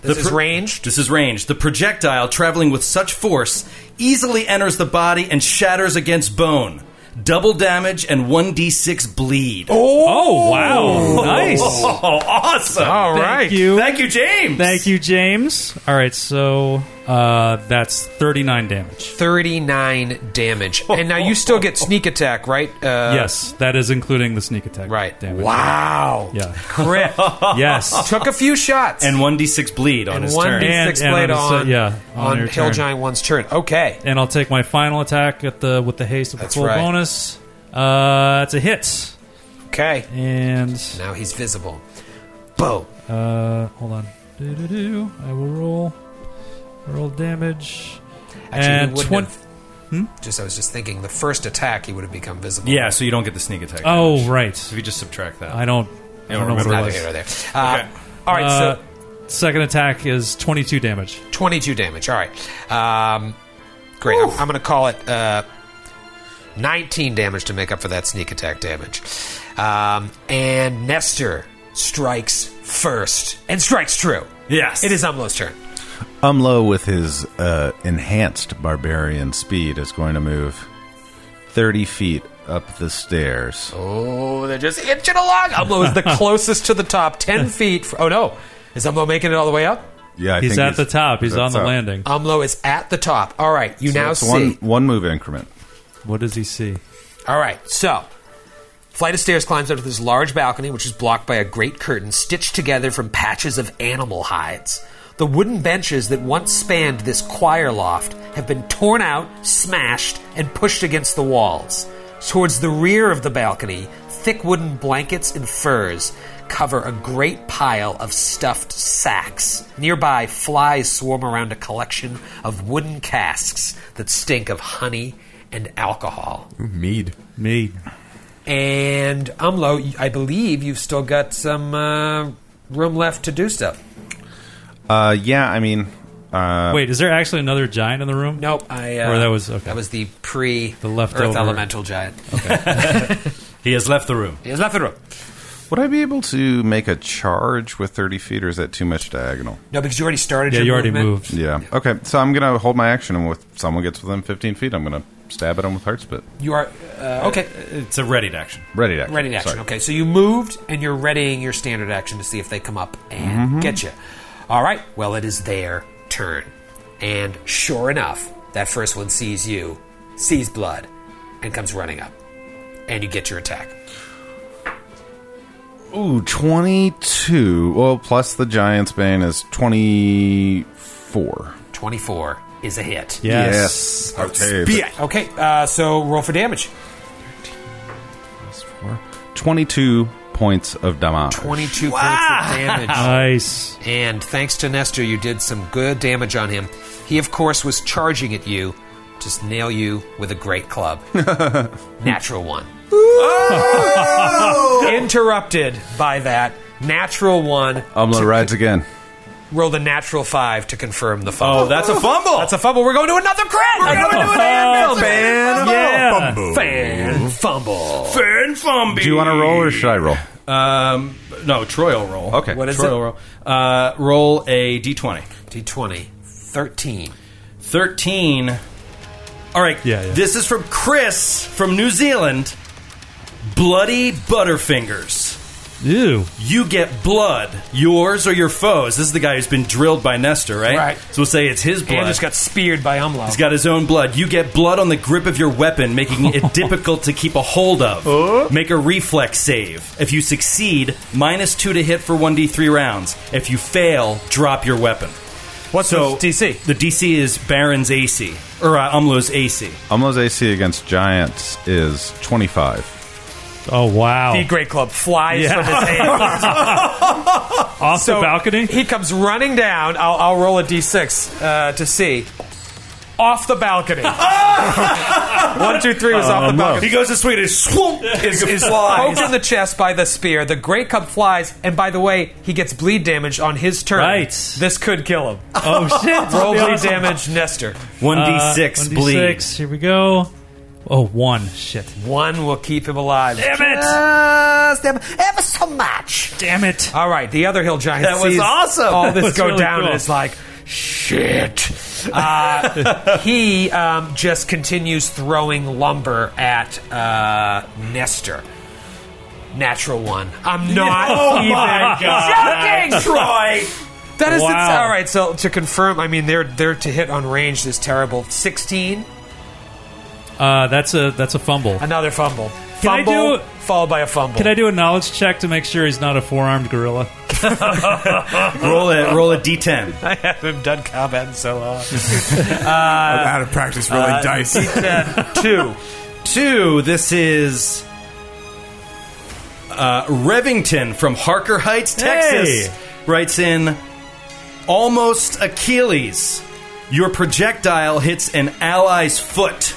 Speaker 4: this
Speaker 2: The
Speaker 4: is
Speaker 2: pro-
Speaker 4: ranged.
Speaker 2: This is range. The projectile traveling with such force easily enters the body and shatters against bone. Double damage and 1d6 bleed. Oh,
Speaker 6: Oh wow, nice.
Speaker 2: awesome.
Speaker 4: All
Speaker 6: Thank
Speaker 4: right.
Speaker 6: you.
Speaker 2: Thank you, James.
Speaker 6: Thank you, James. All right, so uh, that's thirty-nine damage.
Speaker 4: 39 damage. And now you still get sneak attack, right? Uh,
Speaker 6: Oh. yes, that is including the sneak attack.
Speaker 4: Right.
Speaker 6: Damage.
Speaker 4: Wow.
Speaker 6: Yeah.
Speaker 4: Crit.
Speaker 6: Yes.
Speaker 4: Took a few shots.
Speaker 2: And 1d6 bleed on
Speaker 4: And
Speaker 2: his
Speaker 4: one
Speaker 2: turn.
Speaker 6: And-
Speaker 4: d6
Speaker 6: and
Speaker 4: blade
Speaker 6: on
Speaker 4: on,
Speaker 6: his- yeah, on
Speaker 4: on,
Speaker 6: your
Speaker 4: Hill
Speaker 6: turn.
Speaker 4: Giant One's turn. Okay.
Speaker 6: and I'll take my final attack at the with the haste with
Speaker 4: That's
Speaker 6: the full
Speaker 4: right.
Speaker 6: bonus. Uh, it's a hit,
Speaker 4: Okay.
Speaker 6: and
Speaker 4: Now he's visible. Boom.
Speaker 6: uh, hold on. Do do do. I will roll, roll damage,
Speaker 4: Actually,
Speaker 6: and
Speaker 4: he wouldn't
Speaker 6: twen-
Speaker 4: have- Just I was just thinking, the first attack he would have become visible.
Speaker 2: yeah, so you don't get the sneak attack.
Speaker 6: Oh
Speaker 2: damage.
Speaker 6: right,
Speaker 2: If you just subtract that.
Speaker 6: I don't. I
Speaker 2: Yeah,
Speaker 6: don't know what it
Speaker 2: remember
Speaker 4: Neither
Speaker 6: was.
Speaker 4: here nor there. Uh,
Speaker 2: Okay.
Speaker 4: All right.
Speaker 6: Uh,
Speaker 4: so
Speaker 6: second attack is twenty-two damage.
Speaker 4: 22 damage. All right. Um, great. I'm, I'm going to call it uh, 19 damage to make up for that sneak attack damage. Um, and Nestor strikes first and strikes true.
Speaker 2: Yes.
Speaker 4: It is Umlo's turn.
Speaker 5: Umlo, with his uh, enhanced barbarian speed, is going to move 30 feet up the stairs.
Speaker 4: Oh, they're just inching along. Umlo is the closest to the top, 10 feet. fr- oh, no. Is Umlo making it all the way up?
Speaker 5: Yeah, I
Speaker 6: He's
Speaker 5: think
Speaker 6: at the top. He's
Speaker 5: that's
Speaker 6: on the
Speaker 5: up.
Speaker 6: landing.
Speaker 4: Umlo is at the top. All right. You now
Speaker 5: That's
Speaker 4: see.
Speaker 5: one, one move increment.
Speaker 6: What does he see?
Speaker 4: All right, so flight of stairs climbs up to this large balcony, which is blocked by a great curtain stitched together from patches of animal hides. The wooden benches that once spanned this choir loft have been torn out, smashed, and pushed against the walls. Towards the rear of the balcony, thick wooden blankets and furs cover a great pile of stuffed sacks. Nearby, flies swarm around a collection of wooden casks that stink of honey and alcohol.
Speaker 7: Ooh, mead.
Speaker 6: Me.
Speaker 4: And Umlo, I believe you've still got some uh, room left to do stuff.
Speaker 5: Uh, yeah, I mean, uh,
Speaker 6: Wait, is there actually another giant in the room?
Speaker 4: Nope. I, uh,
Speaker 6: Or that was- okay.
Speaker 4: that was the pre
Speaker 6: The
Speaker 4: Earth
Speaker 6: leftover-
Speaker 4: elemental giant.
Speaker 2: He has left the room.
Speaker 4: He has left the room.
Speaker 5: would I be able to make a charge with 30 feet, or is that too much diagonal?
Speaker 4: No, because you already started.
Speaker 6: Yeah,
Speaker 4: your
Speaker 6: you already moved.
Speaker 4: movement.
Speaker 5: Yeah. Okay, so I'm going to hold my action, and if someone gets within 15 feet, I'm going to stab at them with Heart Spit.
Speaker 4: You are uh, okay.
Speaker 2: It's a readied action.
Speaker 5: Ready to action.
Speaker 4: Ready to action.
Speaker 5: Sorry.
Speaker 4: Okay, so you moved and you're readying your standard action to see if they come up and get you. All right. Well, it is their turn, and sure enough, that first one sees you, sees blood, and comes running up, and you get your attack.
Speaker 5: Ooh, 22. Well, plus the Giant's Bane is 24.
Speaker 4: Twenty-four is a hit.
Speaker 6: Yes.
Speaker 5: Okay.
Speaker 7: Be it.
Speaker 4: Okay. Uh, so roll for damage.
Speaker 5: Plus four. 22 points of damage.
Speaker 4: Twenty-two points of damage.
Speaker 6: Nice.
Speaker 4: And thanks to Nestor, you did some good damage on him. He, of course, was charging at you to nail you with a great club. natural one. Interrupted by that. Natural one.
Speaker 5: Umla rides again.
Speaker 4: Rolled a natural five to confirm the fumble.
Speaker 2: Oh, that's a fumble.
Speaker 4: That's a fumble. We're going to another crit. We're going to another fan.
Speaker 6: Yeah.
Speaker 7: Bumbo.
Speaker 4: Fan fumble.
Speaker 2: Fan fumble.
Speaker 5: Do you want to roll or should I roll?
Speaker 2: Um, no, Troy will roll.
Speaker 5: Okay. What
Speaker 4: is
Speaker 2: Troy
Speaker 4: it?
Speaker 2: will roll. Uh, roll a d20.
Speaker 4: D20. 13.
Speaker 2: 13. All right.
Speaker 6: Yeah, yeah.
Speaker 2: This is from Chris from New Zealand. Bloody Butterfingers.
Speaker 6: Ew.
Speaker 2: You get blood, yours or your foes. This is the guy who's been drilled by Nestor, right?
Speaker 4: Right.
Speaker 2: So we'll say it's his blood.
Speaker 4: And just got speared by Umlo.
Speaker 2: He's got his own blood. You get blood on the grip of your weapon, making it difficult to keep a hold of. Make a reflex save. If you succeed, minus two to hit for 1d3 rounds. If you fail, drop your weapon.
Speaker 8: What's
Speaker 2: So
Speaker 8: the DC?
Speaker 2: The DC is Baron's AC, or uh, Umlo's AC.
Speaker 5: Umla's AC against Giants is 25.
Speaker 6: Oh, wow.
Speaker 8: The Great Club flies
Speaker 6: Yeah.
Speaker 8: from his hand.
Speaker 6: Off the balcony?
Speaker 8: He comes running down. I'll, I'll roll a d6 uh, to see. Off the balcony. One, two, three was
Speaker 6: Uh,
Speaker 4: Uh,
Speaker 8: off the balcony.
Speaker 2: He goes to Swedish. Swoop! Is,
Speaker 8: Is poked in the chest by the spear. The Grey Cup flies, and by the way, he gets bleed damage on his turn.
Speaker 6: Right.
Speaker 8: This could kill him.
Speaker 6: Oh, shit.
Speaker 8: Roll bleed
Speaker 6: Awesome.
Speaker 8: damage, Nestor.
Speaker 2: 1d6
Speaker 6: Uh,
Speaker 2: bleed.
Speaker 6: 1d6. Here we go. Oh, one. Shit.
Speaker 8: One will keep him alive.
Speaker 6: Damn it.
Speaker 4: Just ever ever so much.
Speaker 6: Damn it.
Speaker 8: All right, the other hill giant
Speaker 2: That was
Speaker 8: sees
Speaker 2: awesome.
Speaker 8: all this
Speaker 6: That's
Speaker 8: go
Speaker 6: really
Speaker 8: down
Speaker 6: cool.
Speaker 8: and it's like, shit. Uh,
Speaker 4: he um, just continues throwing lumber at uh, Nestor. Natural one. I'm not
Speaker 6: Oh
Speaker 4: even joking, Troy. That is
Speaker 6: Wow.
Speaker 4: ins- all right. So to confirm, I mean they're they're to hit on range is terrible. Sixteen,
Speaker 6: Uh, that's a that's a fumble.
Speaker 4: another fumble,
Speaker 6: Can I
Speaker 4: fumble
Speaker 6: do-
Speaker 4: followed by a fumble.
Speaker 6: Can I do a knowledge check to make sure he's not a four armed gorilla?
Speaker 2: Roll a, roll a d10.
Speaker 8: I haven't done combat in so long.
Speaker 7: I'm out of practice rolling
Speaker 4: uh,
Speaker 7: dice.
Speaker 8: Two.
Speaker 2: Two, this is uh, Revington from Harker Heights, Texas,
Speaker 6: Hey!
Speaker 2: writes in Almost Achilles. Your projectile hits an ally's foot,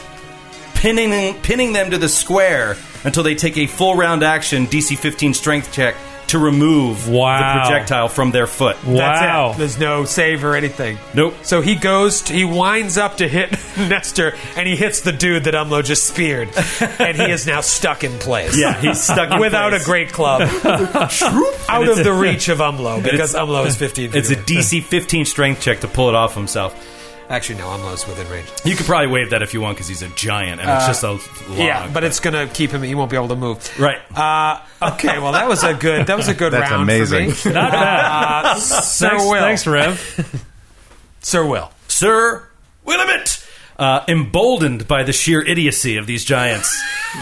Speaker 2: pinning, pinning them to the square until they take a full round action DC 15 strength check to remove
Speaker 6: Wow.
Speaker 2: the projectile from their foot.
Speaker 8: That's
Speaker 6: wow.
Speaker 8: it. There's no save or anything.
Speaker 2: Nope.
Speaker 8: So he goes, to, he winds up to hit Nestor, and he hits the dude that Umlo just speared, and he is now stuck in place.
Speaker 2: Yeah, he's stuck in
Speaker 8: Without
Speaker 2: place.
Speaker 8: a great club, out of the reach of Umlo because
Speaker 2: it's-
Speaker 8: Umlo is 15 feet
Speaker 2: It's a
Speaker 8: away.
Speaker 2: DC 15 strength check to pull it off himself.
Speaker 4: Actually, no. Umlo's within range.
Speaker 2: You could probably waive that if you want because he's a giant and it's just a log.
Speaker 8: Yeah, but it's gonna keep him. He won't be able to move.
Speaker 2: Right.
Speaker 8: Uh, okay. Well, that was a good. That was a good
Speaker 5: That's
Speaker 8: round.
Speaker 5: amazing.
Speaker 8: For me.
Speaker 6: Not bad.
Speaker 8: Uh, Sir
Speaker 6: thanks,
Speaker 8: Will.
Speaker 6: thanks, Rev.
Speaker 8: Sir Will.
Speaker 2: Sir Willamette, uh, emboldened by the sheer idiocy of these giants,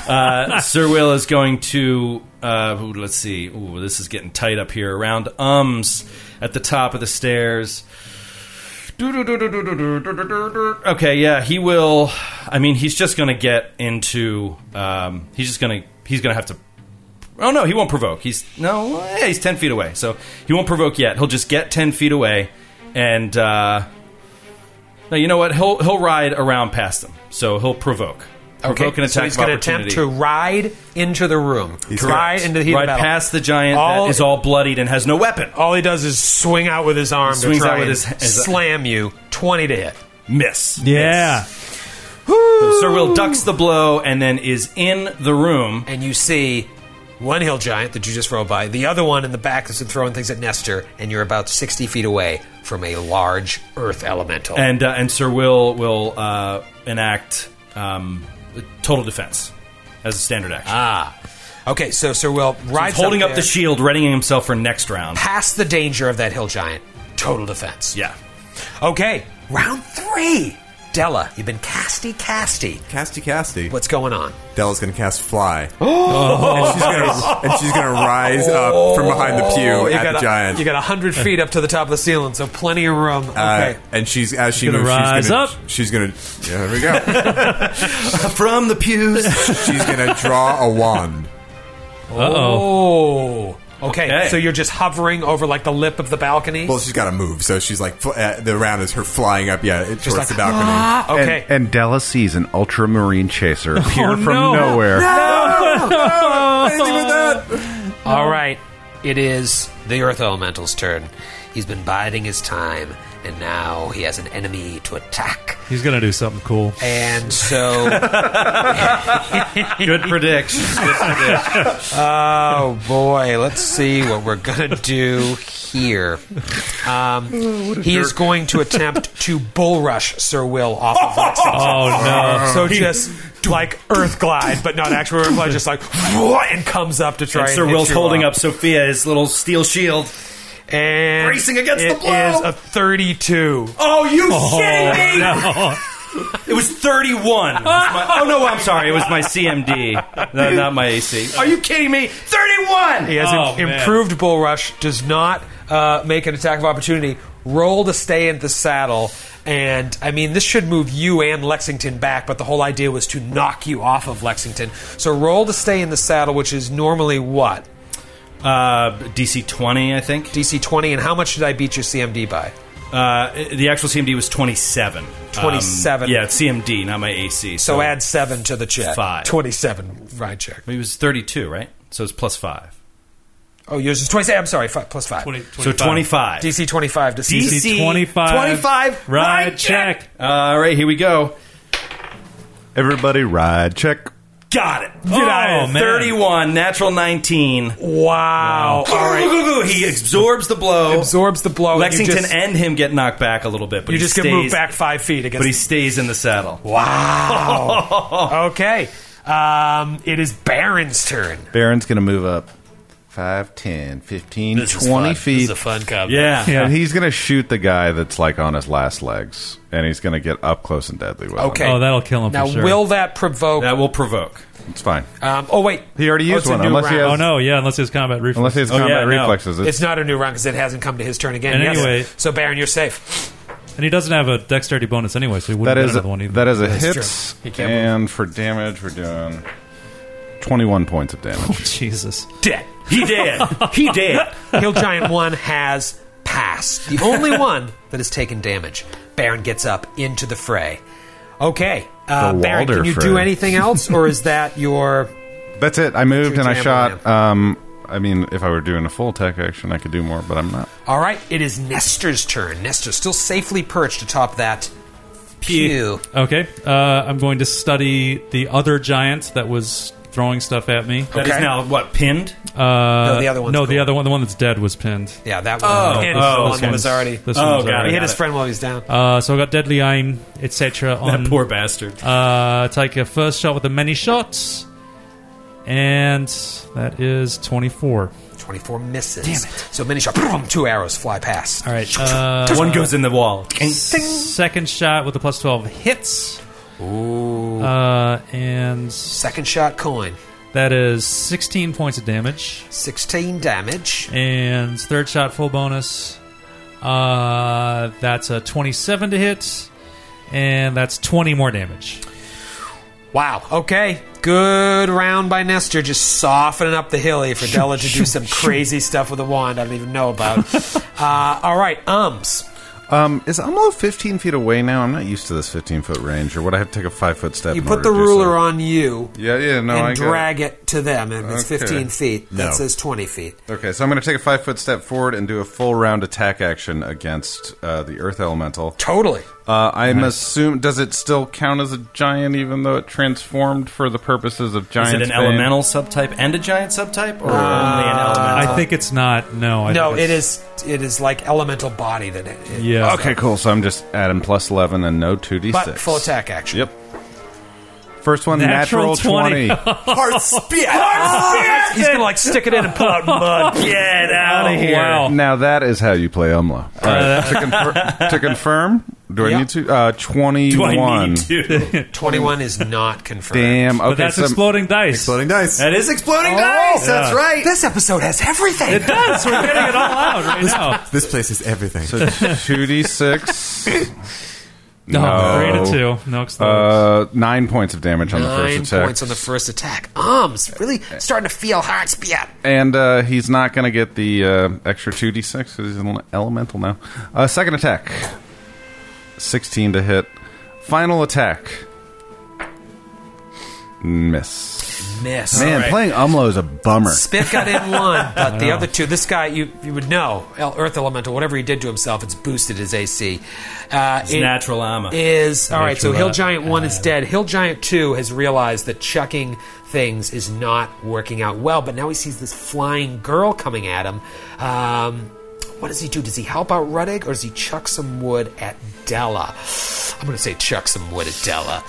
Speaker 2: uh, Sir Will is going to. Uh, ooh, let's see. Ooh, this is getting tight up here. Around ums at the top of the stairs. Okay, yeah, he will. I mean, he's just going to get into. Um, he's just going to. He's going to have to Oh no, he won't provoke. He's no, yeah, he's ten feet away, so he won't provoke yet. He'll just get ten feet away, and uh, now you know what? He'll he'll ride around past them, so he'll provoke. Provoke an
Speaker 4: so
Speaker 2: attack
Speaker 4: he's gonna
Speaker 2: of
Speaker 4: attempt
Speaker 2: opportunity.
Speaker 4: to ride into the room.
Speaker 7: He's
Speaker 4: ride
Speaker 7: correct.
Speaker 4: into the heat
Speaker 2: Right
Speaker 4: of battle.
Speaker 2: past the giant
Speaker 4: All-
Speaker 2: that is all bloodied and has no weapon.
Speaker 4: All he does is swing out with his uh, arm
Speaker 2: Swings
Speaker 4: to try
Speaker 2: out with
Speaker 4: and
Speaker 2: his- his-
Speaker 4: slam you. Twenty to hit.
Speaker 2: Miss.
Speaker 6: Yeah.
Speaker 2: Miss. Sir Will ducks the blow and then is in the room.
Speaker 4: and you see one hill giant that you just rode by, the other one in the back that's been throwing things at Nestor, and you're about 60 feet away from a large earth elemental.
Speaker 2: And uh, and Sir Will will uh, enact um, total defense as a standard action.
Speaker 4: ah. Okay, so Sir Will rides
Speaker 2: He's holding up
Speaker 4: there,
Speaker 2: the shield, readying himself for next round.
Speaker 4: past the danger of that hill giant. Total defense.
Speaker 2: Yeah.
Speaker 4: Okay, round three. Della, you've been casty casty.
Speaker 7: Casty Casty.
Speaker 4: What's going on?
Speaker 7: Della's going to cast Fly.
Speaker 8: Oh,
Speaker 7: And she's gonna- and she's going to rise up from behind the pew
Speaker 4: you
Speaker 7: Oh, at
Speaker 4: got
Speaker 7: the
Speaker 4: a-
Speaker 7: giant.
Speaker 4: You got 100 feet up to the top of the ceiling, so plenty of room. Okay.
Speaker 7: Uh, and she's as she
Speaker 6: She's gonna
Speaker 7: moves,
Speaker 6: rise
Speaker 7: she's gonna,
Speaker 6: up.
Speaker 7: She's gonna. Yeah, there we go.
Speaker 2: From the pews.
Speaker 7: she's gonna draw a wand.
Speaker 6: Uh oh.
Speaker 4: oh. Okay,
Speaker 2: Okay.
Speaker 4: so you're just hovering over like the lip of the balcony?
Speaker 7: Well, she's got to move, so she's like fl- uh, the round is her flying up. Yeah, it, towards
Speaker 4: like, "Ah."
Speaker 7: the balcony.
Speaker 2: "Ah!"
Speaker 4: okay.
Speaker 5: And, and Della sees an ultramarine chaser appear from
Speaker 6: no.
Speaker 5: nowhere.
Speaker 7: Anything with that?
Speaker 4: All right, it is the Earth Elemental's turn. He's been biding his time, and now he has an enemy to attack.
Speaker 6: He's going to do something cool.
Speaker 4: And so,
Speaker 2: Good prediction. Good prediction.
Speaker 4: oh boy, let's see what we're gonna do here. Um, he is going to attempt to bull rush Sir Will off of Lexington.
Speaker 6: Oh, no.
Speaker 8: So just like earth glide, but not actual earth glide, just like and comes up to try.
Speaker 2: And
Speaker 8: And
Speaker 2: Sir Will's holding up Sophia's little steel shield.
Speaker 8: and
Speaker 2: bracing against the
Speaker 8: it
Speaker 2: blow.
Speaker 8: is a thirty-two.
Speaker 2: Oh, you shitting me! It was 31. It was my- oh, no, I'm sorry. It was my CMD, no, not my AC. Are you kidding me? 31!
Speaker 8: He has
Speaker 6: Oh,
Speaker 8: im-
Speaker 6: man.
Speaker 8: improved bull rush. Does not uh, make an attack of opportunity. Roll to stay in the saddle, and I mean this should move you and Lexington back. But the whole idea was to knock you off of Lexington. So roll to stay in the saddle, which is normally what
Speaker 2: Uh, DC 20, I think.
Speaker 8: DC twenty. And how much did I beat your CMD by?
Speaker 2: Uh, the actual CMD was 27. Um,
Speaker 8: 27.
Speaker 2: yeah, it's CMD, not my AC.
Speaker 8: So add seven to the check.
Speaker 2: Five.
Speaker 8: Twenty-seven ride check.
Speaker 2: It was 32, right? So it's plus 5.
Speaker 8: Oh, yours is twenty-seven. I'm sorry, five, plus five.
Speaker 6: 20,
Speaker 2: So 25.
Speaker 8: DC twenty-five to
Speaker 2: DC
Speaker 8: season.
Speaker 6: 25.
Speaker 2: 25.
Speaker 6: Ride check.
Speaker 2: All right, here we go.
Speaker 5: Everybody ride check.
Speaker 2: Got
Speaker 8: Oh,
Speaker 2: it.
Speaker 6: Get out of here.
Speaker 2: 31, natural 19.
Speaker 8: Wow. All right.
Speaker 2: He absorbs the blow.
Speaker 8: Absorbs the blow. and oh, you
Speaker 2: Lexington
Speaker 8: just-
Speaker 2: and him get knocked back a little bit, but
Speaker 8: You
Speaker 2: he
Speaker 8: just
Speaker 2: stays,
Speaker 8: get moved back five feet against.
Speaker 2: But he stays in the saddle.
Speaker 8: okay. Um, it is Baron's turn.
Speaker 5: Baron's going to move up 5, 10, 15, 20 feet.
Speaker 4: fun combo.
Speaker 2: Yeah.
Speaker 5: And he's going to shoot the guy that's like on his last legs. And he's going to get up close and deadly with him.
Speaker 4: Okay.
Speaker 6: Oh, that'll kill him
Speaker 4: Now,
Speaker 6: for sure.
Speaker 8: Will that provoke?
Speaker 2: That will provoke.
Speaker 5: It's fine.
Speaker 4: Um, oh wait,
Speaker 5: He already
Speaker 4: Oh,
Speaker 5: used
Speaker 4: it's a
Speaker 5: one.
Speaker 4: new
Speaker 5: Unless he, has,
Speaker 4: round.
Speaker 6: oh, no. Yeah, unless he has combat reflex.
Speaker 5: unless he has
Speaker 2: Oh,
Speaker 5: combat
Speaker 2: yeah, no.
Speaker 5: reflexes. It's,
Speaker 4: it's not a new round because it hasn't come to his turn again.
Speaker 6: And
Speaker 4: Yes.
Speaker 6: anyway-
Speaker 4: so Baron, you're safe.
Speaker 6: and he doesn't have a dexterity bonus anyway, so he wouldn't
Speaker 5: that,
Speaker 6: get
Speaker 5: is
Speaker 6: another one
Speaker 5: a,
Speaker 6: either.
Speaker 5: that is a
Speaker 4: true. He
Speaker 5: hit.
Speaker 4: can't move.
Speaker 5: And for damage, we're doing 21 points of damage.
Speaker 6: Jesus.
Speaker 4: Dead.
Speaker 2: He did. he did.
Speaker 4: Hill Giant One has passed. The only one that has taken damage. Baron gets up into the fray. Okay, uh,
Speaker 5: The
Speaker 4: Baron,
Speaker 5: Walder
Speaker 4: can you do
Speaker 5: fray.
Speaker 4: anything else, or is that your?
Speaker 5: That's it. I moved
Speaker 4: Your
Speaker 5: and I
Speaker 4: jam
Speaker 5: shot. Um, I mean, if I were doing a full attack action, I could do more, but I'm not.
Speaker 4: All right, it is Nestor's turn. Nestor still safely perched atop that
Speaker 6: Pew.
Speaker 4: pew.
Speaker 6: Okay. Uh, I'm going to study the other giant that was throwing stuff at me.
Speaker 2: That is
Speaker 4: Okay.
Speaker 2: now what pinned.
Speaker 6: Uh,
Speaker 4: the other one's
Speaker 6: No, the
Speaker 4: cool.
Speaker 6: other one, the one that's dead, was pinned.
Speaker 4: Yeah, that one.
Speaker 2: Oh,
Speaker 4: and
Speaker 2: oh,
Speaker 4: the one
Speaker 2: this
Speaker 4: that was
Speaker 6: one's-
Speaker 4: already.
Speaker 6: This
Speaker 2: Oh,
Speaker 6: one's
Speaker 2: got it.
Speaker 6: already-
Speaker 4: He hit
Speaker 2: got
Speaker 4: his friend while he was down.
Speaker 6: Uh, so I got deadly aim, etc. on
Speaker 2: That poor bastard.
Speaker 6: Uh, take a first shot with the many shots, and that is twenty-four.
Speaker 4: 24 misses. Damn it. So many shot. boom, two arrows fly past.
Speaker 6: All right. Uh,
Speaker 2: One goes in the wall.
Speaker 6: second shot with the plus twelve hits. Ooh. Uh, and
Speaker 4: Second shot coin.
Speaker 6: that is sixteen points of damage.
Speaker 4: 16 damage.
Speaker 6: And third shot full bonus. Uh, that's a twenty-seven to hit, and that's twenty more damage.
Speaker 4: Wow. Okay. Good round by Nestor, just softening up the hilly for Della to do some crazy stuff with a wand I don't even know about. uh, all right, ums.
Speaker 5: Um, is Amlo 15 feet away now? I'm not used to this 15 foot range, or would I have to take a five foot step?
Speaker 4: You
Speaker 5: in
Speaker 4: put
Speaker 5: order
Speaker 4: the
Speaker 5: to do
Speaker 4: ruler
Speaker 5: so?
Speaker 4: on you
Speaker 5: Yeah, yeah, no,
Speaker 4: and
Speaker 5: I get it.
Speaker 4: drag it. to them, and if it's
Speaker 5: Okay.
Speaker 4: 15 feet,
Speaker 7: No.
Speaker 4: that says 20 feet.
Speaker 5: Okay, so I'm going to take a five foot step forward and do a full round attack action against uh, the Earth Elemental.
Speaker 4: Totally.
Speaker 5: Uh, I'm assume does it still count as a giant even though it transformed for the purposes of
Speaker 2: Is
Speaker 5: giant?
Speaker 2: it an elemental subtype and a giant subtype, or only an elemental?
Speaker 6: I think it's not. No, I
Speaker 4: Uh, No,
Speaker 6: think
Speaker 4: it
Speaker 6: it's-
Speaker 4: is it is like elemental body that it, it
Speaker 6: Yeah.
Speaker 5: Okay, cool. So I'm just adding plus eleven and no two d six.
Speaker 4: but full attack action.
Speaker 5: Yep. First one, natural,
Speaker 6: Natural 20.
Speaker 5: 20.
Speaker 7: Heart spit.
Speaker 4: He's gonna like stick it in and pull out mud.
Speaker 2: Get out
Speaker 6: Oh,
Speaker 2: of here!
Speaker 6: Wow.
Speaker 5: Now that is how you play Umla. All right. to, confer- to confirm, do I
Speaker 4: Yeah.
Speaker 5: need to? Uh,
Speaker 2: Do
Speaker 5: Twenty-one.
Speaker 2: I need to?
Speaker 4: Twenty-one is not confirmed.
Speaker 5: Damn. Okay.
Speaker 6: But that's
Speaker 5: so-
Speaker 6: exploding dice.
Speaker 7: Exploding dice.
Speaker 2: That is
Speaker 1: Oh.
Speaker 2: exploding dice.
Speaker 6: that's right.
Speaker 4: This episode has everything.
Speaker 6: It does. We're getting it all out right now.
Speaker 7: This place is everything.
Speaker 5: So two d six. No,
Speaker 6: Three to two. No explosions.
Speaker 5: Uh, nine points of damage on the
Speaker 4: Nine
Speaker 5: first attack,
Speaker 4: points on the first attack. Arms really starting to feel hard. Spiat.
Speaker 5: and uh, he's not going to get the uh, extra two d six because he's an elemental now. Uh, second attack, sixteen to hit. Final attack, miss.
Speaker 4: Miss.
Speaker 5: Man, playing Umlo is a bummer.
Speaker 4: Spit got in one, but the other two. This guy, you you would know, El- Earth Elemental. Whatever he did to himself, it's boosted his AC. Uh,
Speaker 2: It's natural armor.
Speaker 4: is all right. So
Speaker 6: Natural
Speaker 4: Hill
Speaker 6: that.
Speaker 4: Giant One
Speaker 2: Uh,
Speaker 4: is dead. Hill Giant Two has realized that chucking things is not working out well, but now he sees this flying girl coming at him. Um, what does he do? Does he help out Ruddig, or does he chuck some wood at Della? I'm going to say chuck some wood at Della.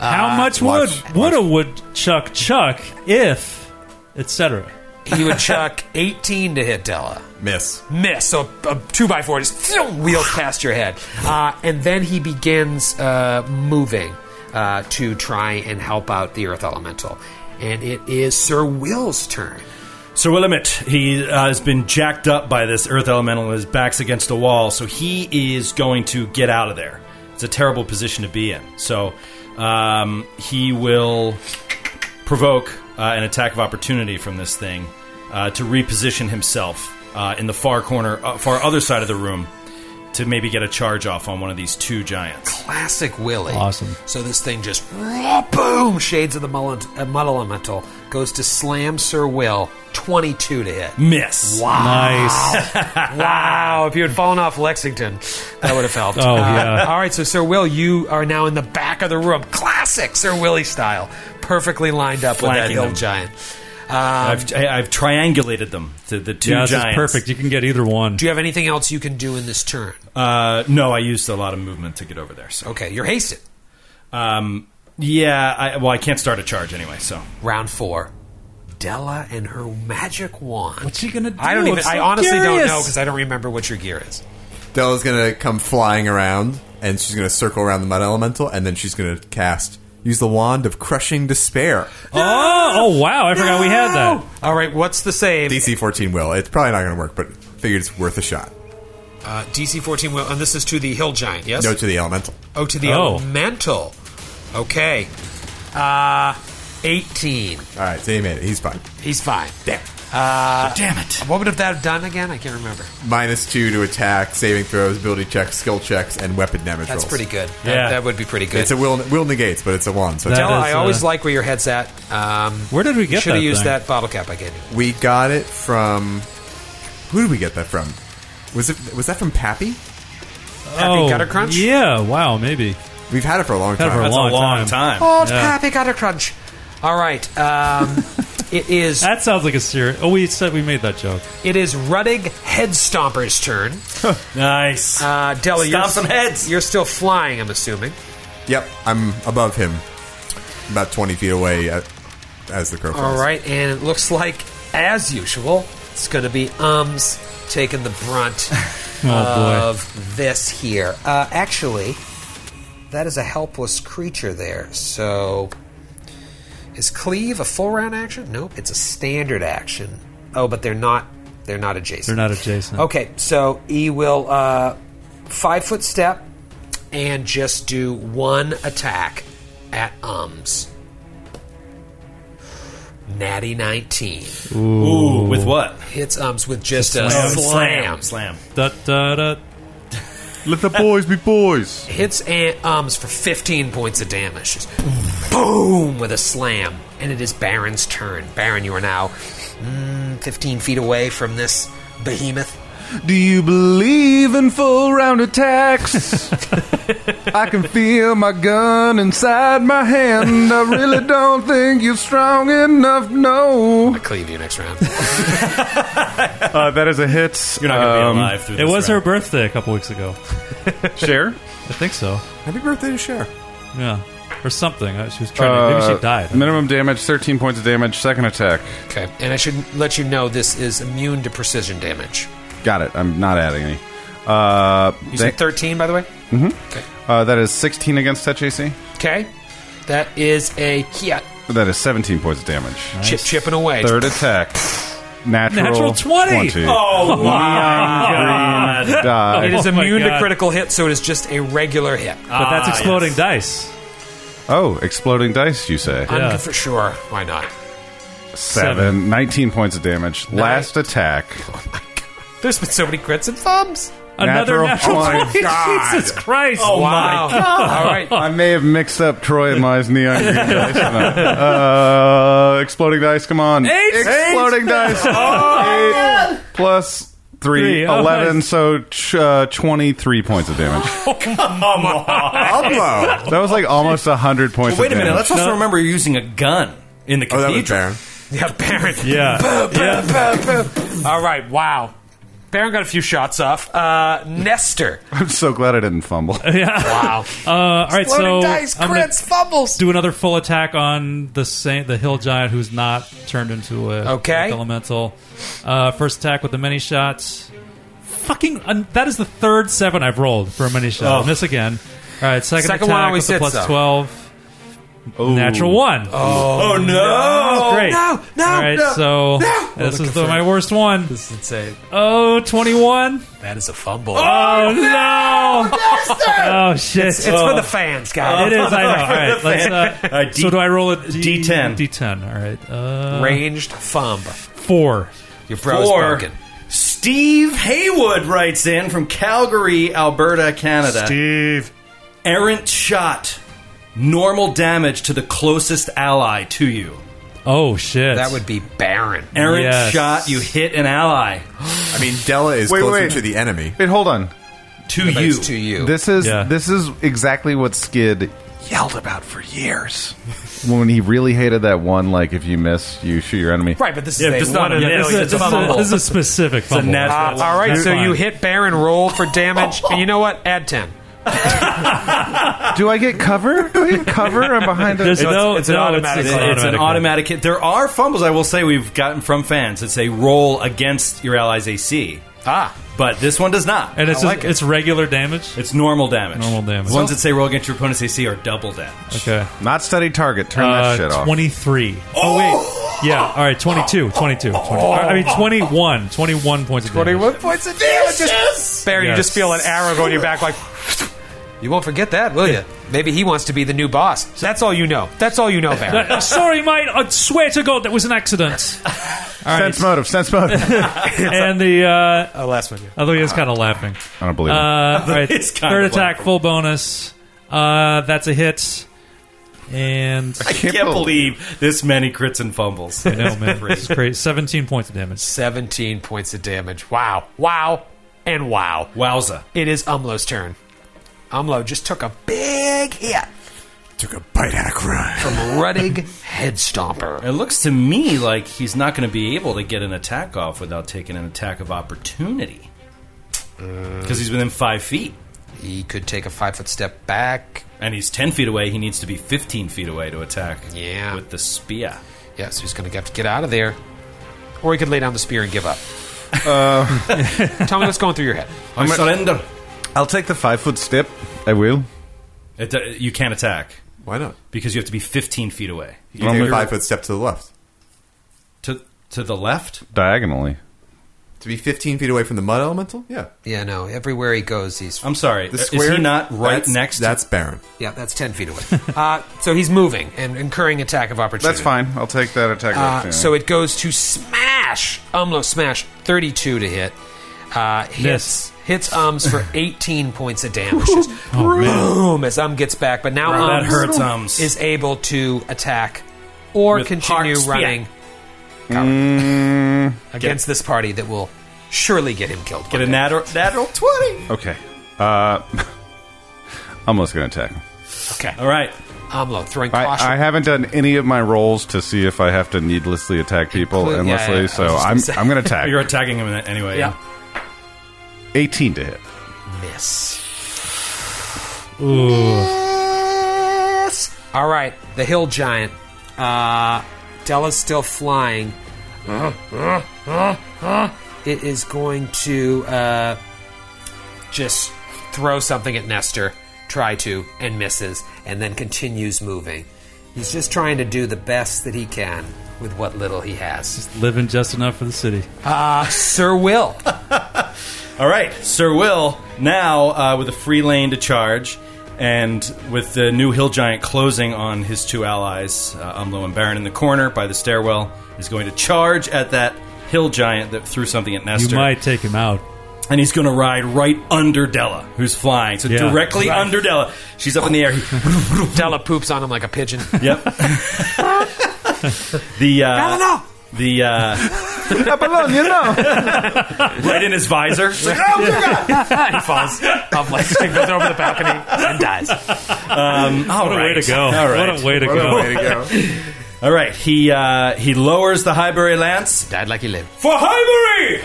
Speaker 4: Uh,
Speaker 6: How much would
Speaker 7: watch-
Speaker 6: would a woodchuck chuck if, etc.
Speaker 4: He would chuck 18 to hit Della.
Speaker 7: Miss.
Speaker 4: miss. So a, a two by four just phew, wheels past your head, uh, and then he begins uh, moving uh, to try and help out the Earth Elemental, and it is Sir Will's turn.
Speaker 2: Sir Willamette, he uh, has been jacked up by this earth elemental and his back's against a wall, so he is going to get out of there. It's a terrible position to be in. So um, he will provoke uh, an attack of opportunity from this thing uh, to reposition himself uh, in the far corner, uh, far other side of the room to maybe get a charge off on one of these two giants.
Speaker 4: Classic Willy.
Speaker 6: Awesome.
Speaker 4: So this thing just raw, boom, shades of the Mud, uh, mud Elemental goes to slam Sir Will, twenty-two to hit.
Speaker 2: Miss.
Speaker 4: Ah,
Speaker 6: Nice.
Speaker 4: Wow, if you had fallen off Lexington, that would have helped. Uh,
Speaker 6: Oh, yeah.
Speaker 4: all right, so Sir Will, you are now in the back of the room. Classic Sir Willie style. Perfectly lined up with that
Speaker 2: Flanking
Speaker 4: hill
Speaker 2: them.
Speaker 4: giant. Um,
Speaker 2: I've, I- I've triangulated them to the two
Speaker 6: Yeah, this is
Speaker 2: giants.
Speaker 6: perfect. You can get either one.
Speaker 4: do you have anything else you can do in this turn?
Speaker 2: Uh, no, I used a lot of movement to get over there. So.
Speaker 4: Okay, you're hasted.
Speaker 2: Um, yeah, I, well, I can't start a charge anyway, so.
Speaker 4: Round four. Della and her magic wand. What's
Speaker 6: she gonna do?
Speaker 4: I don't even.
Speaker 6: I'm so
Speaker 4: I honestly don't
Speaker 6: curious.
Speaker 4: know because I don't remember what your gear is.
Speaker 7: Della's gonna come flying around, and she's gonna circle around the mud elemental, and then she's gonna cast use the wand of crushing despair.
Speaker 6: Oh, oh wow! I forgot we had that.
Speaker 4: All right, what's the save?
Speaker 7: DC fourteen will. It's probably not gonna work, but figured it's worth a shot.
Speaker 4: uh, DC 14 will, and this is to the hill giant. Yes.
Speaker 7: No to the elemental.
Speaker 4: Oh, to the
Speaker 6: Oh.
Speaker 4: elemental. Okay. Uh, 18.
Speaker 7: All right, so he made it. He's fine.
Speaker 4: He's fine.
Speaker 7: Damn.
Speaker 2: Damn it.
Speaker 4: What would have that have done again? I can't remember.
Speaker 7: Minus two to attack, saving throws, ability checks, skill checks, and weapon damage.
Speaker 4: That's
Speaker 7: rolls.
Speaker 4: pretty good. That,
Speaker 6: Yeah.
Speaker 4: that would be pretty good.
Speaker 7: It's a will will negates, but it's a wand. So
Speaker 6: That
Speaker 4: Della,
Speaker 6: is,
Speaker 4: I always
Speaker 6: uh,
Speaker 4: like where your head's at. Um,
Speaker 6: Where did we get
Speaker 4: Should have
Speaker 6: that
Speaker 4: used
Speaker 6: thing?
Speaker 4: that bottle cap I gave you.
Speaker 7: we got it from. Who did we get that from? Was it was that from Pappy?
Speaker 4: Happy Gutter Crunch?
Speaker 6: Oh, Yeah. Wow. Maybe.
Speaker 7: We've had it for a long
Speaker 6: Had it
Speaker 7: time.
Speaker 6: for
Speaker 2: That's
Speaker 6: long
Speaker 2: a long
Speaker 6: time.
Speaker 2: time.
Speaker 4: Oh, it's Happy Gutter Crunch. All right. Um, it is
Speaker 6: That sounds like a serious. Oh, we said we made that joke.
Speaker 4: it is Ruddig Headstomper's turn.
Speaker 2: Nice.
Speaker 4: Uh, Della, you're,
Speaker 2: Stomp some heads.
Speaker 4: you're still flying, I'm assuming.
Speaker 7: Yep, I'm above him, about twenty feet away at, as the crow flies.
Speaker 4: All right, and it looks like, as usual, it's going to be Ums taking the brunt
Speaker 6: boy.
Speaker 4: of this here. Uh, actually, that is a helpless creature there. So, is cleave a full round action? Nope, it's a standard action. Oh, but they're not. They're not adjacent.
Speaker 6: They're not adjacent.
Speaker 4: Okay, so he will uh, five foot step and just do one attack at Ums. Natty 19
Speaker 2: Ooh, with what?
Speaker 4: hits Ums with just a
Speaker 2: Oh,
Speaker 4: slam.
Speaker 2: Slam.
Speaker 6: Da, da, da.
Speaker 5: Let the boys be boys.
Speaker 4: hits Aunt Ums for 15 points of damage. Just boom with a slam. And it is Baron's turn. Baron, you are now mm, 15 feet away from this behemoth.
Speaker 5: Do you believe in full round attacks? I can feel my gun inside my hand. I really don't think you're strong enough. No.
Speaker 4: I cleave you next round.
Speaker 5: Uh, that is a hit. um,
Speaker 2: You're not going to be alive through
Speaker 6: It
Speaker 2: this.
Speaker 6: was her
Speaker 2: round.
Speaker 6: birthday a couple weeks ago.
Speaker 5: Share.
Speaker 6: I think so.
Speaker 7: Happy birthday to Cher.
Speaker 6: Yeah. Or something. Uh, She was trying to. Maybe she died.
Speaker 5: Minimum damage, 13 points of damage. Second attack.
Speaker 4: okay. And I should let you know this is immune to precision damage.
Speaker 5: Got it. I'm not adding any. Uh,
Speaker 4: You
Speaker 5: thank-
Speaker 4: said 13, by the way?
Speaker 5: uh, that is 16 against that JC.
Speaker 4: Okay. That is a yeah,
Speaker 5: That is 17 points of damage.
Speaker 4: chip chipping away.
Speaker 5: Third attack. Natural,
Speaker 6: Natural 20.
Speaker 5: Oh, my God.
Speaker 4: It is
Speaker 6: Oh my
Speaker 4: immune to
Speaker 6: God. Ah,
Speaker 4: critical hit, so it is just a regular hit. Ah,
Speaker 6: But that's exploding dice.
Speaker 5: Oh, exploding dice, you say?
Speaker 6: yeah.
Speaker 4: I'm for sure. Why not?
Speaker 5: Seven. 19 points of damage. Last attack.
Speaker 4: Oh There's been so many crits and thumbs.
Speaker 6: Another natural,
Speaker 5: one.
Speaker 6: 20. Jesus Christ. Oh,
Speaker 4: wow. All right.
Speaker 5: I may have mixed up Troy and my neon green dice. tonight. Uh, exploding dice, come on.
Speaker 6: Eight.
Speaker 5: Exploding dice. Eight plus
Speaker 6: Oh,
Speaker 5: three.
Speaker 6: Three. Oh,
Speaker 5: 11,
Speaker 6: nice.
Speaker 5: so ch- uh, 23 points of damage.
Speaker 7: Pablo. Oh,
Speaker 6: Oh,
Speaker 5: That was like almost 100 points
Speaker 2: Wait a
Speaker 5: of
Speaker 2: minute.
Speaker 5: damage.
Speaker 2: Let's also remember you're using a gun in the
Speaker 7: Oh, that was
Speaker 2: cathedral.
Speaker 7: Baron.
Speaker 4: Yeah, Baron.
Speaker 6: Yeah. yeah.
Speaker 4: All right, wow. Baron got a few shots off. Uh, Nestor.
Speaker 5: I'm so glad I didn't fumble.
Speaker 4: Wow.
Speaker 6: Uh, all right, so.
Speaker 4: Exploding dice,
Speaker 6: I'm gonna
Speaker 4: crits, fumbles.
Speaker 6: Do another full attack on the saint, the hill giant who's not turned into a
Speaker 4: Okay.
Speaker 6: elemental. Uh, first attack with the many shots. Fucking, uh, that is the third seven I've rolled for a many shot. I'll miss again. All right, second,
Speaker 4: Oh. Second one
Speaker 6: attack
Speaker 4: always
Speaker 6: with the plus
Speaker 4: hits, though.
Speaker 6: twelve. Natural one.
Speaker 2: Oh, no.
Speaker 6: Great.
Speaker 4: Oh, no, no,
Speaker 6: All right,
Speaker 4: no,
Speaker 6: so this is the, my worst one.
Speaker 4: This is insane.
Speaker 6: Oh, 21.
Speaker 4: That is a fumble.
Speaker 6: Oh, no. Oh, shit.
Speaker 4: it's it's for the fans, guys.
Speaker 6: It is, I know. All right, let's, uh,
Speaker 2: Uh, D-
Speaker 6: so do I roll a D-
Speaker 2: D10.
Speaker 6: D10, all right. Uh,
Speaker 4: Ranged thumb.
Speaker 6: four.
Speaker 4: Your bro's
Speaker 2: Four.
Speaker 4: broken.
Speaker 2: Steve Haywood writes in from Calgary, Alberta, Canada.
Speaker 6: Steve.
Speaker 2: Errant shot. Normal damage to the closest ally to you.
Speaker 6: Oh, shit.
Speaker 4: That would be Baron.
Speaker 2: Errant
Speaker 6: Yes.
Speaker 2: shot. You hit an ally
Speaker 7: I mean, Della is
Speaker 5: Wait,
Speaker 7: closer
Speaker 5: wait.
Speaker 7: to the enemy.
Speaker 5: Wait, hold on.
Speaker 2: to
Speaker 4: But
Speaker 2: you.
Speaker 4: it's to you.
Speaker 5: This is
Speaker 6: Oh, Yeah.
Speaker 5: this is exactly what Skid yelled about for years. when he really hated that one, like if you miss, you shoot your enemy.
Speaker 4: right, but this
Speaker 2: Yeah,
Speaker 4: is a
Speaker 2: just
Speaker 4: one
Speaker 2: not
Speaker 4: in
Speaker 2: a-
Speaker 4: a
Speaker 2: yeah,
Speaker 6: this,
Speaker 4: million.
Speaker 6: is a, this,
Speaker 2: it's
Speaker 6: is a,
Speaker 2: fumble.
Speaker 6: this is a specific fumble.
Speaker 2: natural
Speaker 4: Uh, all right,
Speaker 6: That's
Speaker 4: so you
Speaker 6: fine.
Speaker 4: hit Baron, roll for damage, and you know what? Add 10.
Speaker 5: Do I get cover? Do I get cover? I'm behind
Speaker 6: There's
Speaker 5: a
Speaker 6: no,
Speaker 4: it's an
Speaker 6: no,
Speaker 4: automatic
Speaker 2: It's,
Speaker 6: It's,
Speaker 2: it's an automatic hit. There are fumbles, I will say, we've gotten from fans. It's a roll against your ally's AC.
Speaker 4: Ah.
Speaker 2: But this one does not.
Speaker 6: And it's,
Speaker 4: I
Speaker 6: just,
Speaker 4: like it.
Speaker 6: it's regular damage?
Speaker 2: It's normal damage.
Speaker 6: Normal damage.
Speaker 2: The ones that say roll against your opponent's AC are double damage.
Speaker 6: Okay.
Speaker 5: not study target. Turn that shit
Speaker 6: Uh,
Speaker 5: off.
Speaker 6: 23. Oh, wait. Yeah, all right, 22, 22. 20, I mean, 21. 21 points of damage.
Speaker 4: points of damage. Just, Baron, you
Speaker 6: Yes.
Speaker 4: just feel an arrow go in your back like. You won't forget that, will you? Maybe he wants to be the new boss. That's all you know. That's all you know, Baron.
Speaker 6: Uh, sorry, mate. I swear to God, that was an accident. All right.
Speaker 5: sense motive. Sense motive.
Speaker 6: And the uh,
Speaker 4: Uh, last one.
Speaker 6: although he was kind of laughing.
Speaker 5: I don't believe. it.
Speaker 6: Uh, all right,
Speaker 2: It's kinda
Speaker 6: third attack,
Speaker 2: laughable.
Speaker 6: full bonus. Uh, that's a hit. And
Speaker 2: I can't, believe this many crits and fumbles.
Speaker 6: I know, Oh, man, this is crazy. Seventeen points of damage.
Speaker 4: 17 points of damage. Wow. Wow. And wow.
Speaker 2: Wowza.
Speaker 4: It is Umlo's turn. Umlo just took a big hit
Speaker 7: Took a bite out of crime.
Speaker 4: from Ruddig Headstomper.
Speaker 2: It looks to me like he's not going to be able to get an attack off without taking an attack of opportunity.
Speaker 7: Uh.
Speaker 2: Because he's within five feet.
Speaker 4: He could take a five foot step back.
Speaker 2: And he's 10 feet away. He needs to be 15 feet away to attack
Speaker 4: Yeah.
Speaker 2: with the spear.
Speaker 4: Yeah, so he's going to have to get out of there. Or he could lay down the spear and give up. Tell me what's going through your head.
Speaker 2: I surrender.
Speaker 5: I'll take the five foot step. I will.
Speaker 2: It, do- you can't attack
Speaker 7: Why not?
Speaker 2: because you have to be 15 feet away.
Speaker 7: You
Speaker 5: Well,
Speaker 7: take
Speaker 5: maybe-
Speaker 7: a five foot step to the left.
Speaker 2: To, to the left?
Speaker 5: Diagonally.
Speaker 7: To be 15 feet away from the mud elemental? Yeah.
Speaker 4: Yeah, no. Everywhere he goes, he's
Speaker 2: I'm sorry.
Speaker 7: The
Speaker 2: Is
Speaker 7: square.
Speaker 2: he not right
Speaker 7: that's-
Speaker 2: next to
Speaker 7: That's Baron.
Speaker 4: yeah, that's ten feet away. uh, so he's moving and incurring attack of opportunity.
Speaker 5: That's fine. I'll take that attack.
Speaker 4: Uh, so it goes to smash Umlo smash thirty two to hit. Uh, hits hits ums for 18 points of damage. Just boom as um gets back, but now
Speaker 2: Wow, Oh, that
Speaker 4: ums
Speaker 2: hurts Ums.
Speaker 4: is able to attack or
Speaker 2: With
Speaker 4: continue
Speaker 2: Park's
Speaker 4: running cover
Speaker 5: Mm.
Speaker 4: against this party that will surely get him killed.
Speaker 2: Get a natural, natural 20.
Speaker 5: Okay. Uh, almost going to attack him.
Speaker 4: Okay,
Speaker 2: All right.
Speaker 4: Amlo throwing caution.
Speaker 5: I, I haven't done any of my rolls to see if I have to needlessly attack people
Speaker 4: Include- yeah,
Speaker 5: endlessly,
Speaker 4: yeah, I was
Speaker 5: so
Speaker 4: just
Speaker 5: I'm
Speaker 4: gonna say.
Speaker 5: I'm going to attack.
Speaker 2: You're attacking him anyway.
Speaker 4: yeah,
Speaker 5: 18 to hit.
Speaker 4: miss.
Speaker 6: Ooh.
Speaker 4: All right, the hill giant. Uh, Della's still flying. It is going to uh, just throw something at Nestor, try to, and misses, and then continues moving. He's just trying to do the best that he can with what little he has.
Speaker 6: Living just enough for the city.
Speaker 4: Sir Will.
Speaker 2: All right. Sir Will, now uh, with a free lane to charge, and with the new hill giant closing on his two allies, uh, Umlo and Baron in the corner by the stairwell, is going to charge at that hill giant that threw something at
Speaker 6: You
Speaker 2: Nestor.
Speaker 6: might take him out.
Speaker 2: and he's going to ride right under Della, who's flying. So
Speaker 6: Yeah.
Speaker 2: directly
Speaker 6: Right.
Speaker 2: under Della. She's up in the air.
Speaker 4: Della poops on him like a pigeon.
Speaker 2: yep. the uh, the uh, right in his visor. It's like, "Oh, my God."
Speaker 4: he falls off like goes over the balcony and dies.
Speaker 2: All
Speaker 6: What a way to
Speaker 2: right.
Speaker 6: go.
Speaker 2: All right.
Speaker 6: What a way to
Speaker 7: What a
Speaker 6: go.
Speaker 7: way to go.
Speaker 2: All right. He uh, he lowers the Highbury lance
Speaker 4: Died like he lived.
Speaker 2: for Highbury.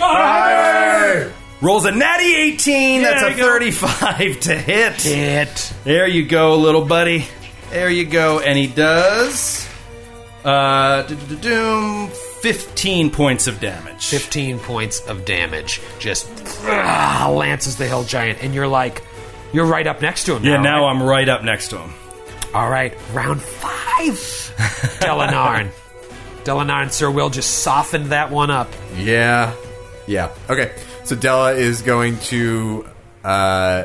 Speaker 2: Rolls a natty 18. That's
Speaker 6: There
Speaker 2: a
Speaker 6: you go.
Speaker 2: 35 to hit.
Speaker 4: It.
Speaker 2: There you go, little buddy. There you go. And he does uh, doom 15 points of damage.
Speaker 4: 15 points of damage. Just ah, lances the hill giant, and you're like, you're right up next to him.
Speaker 2: Yeah, now
Speaker 4: now
Speaker 2: I'm right up next to him.
Speaker 4: I'm. All right, round five. Delanarn. Delanarn, Sir Will just softened that one up.
Speaker 7: Yeah. Yeah. Okay. So Della is going to uh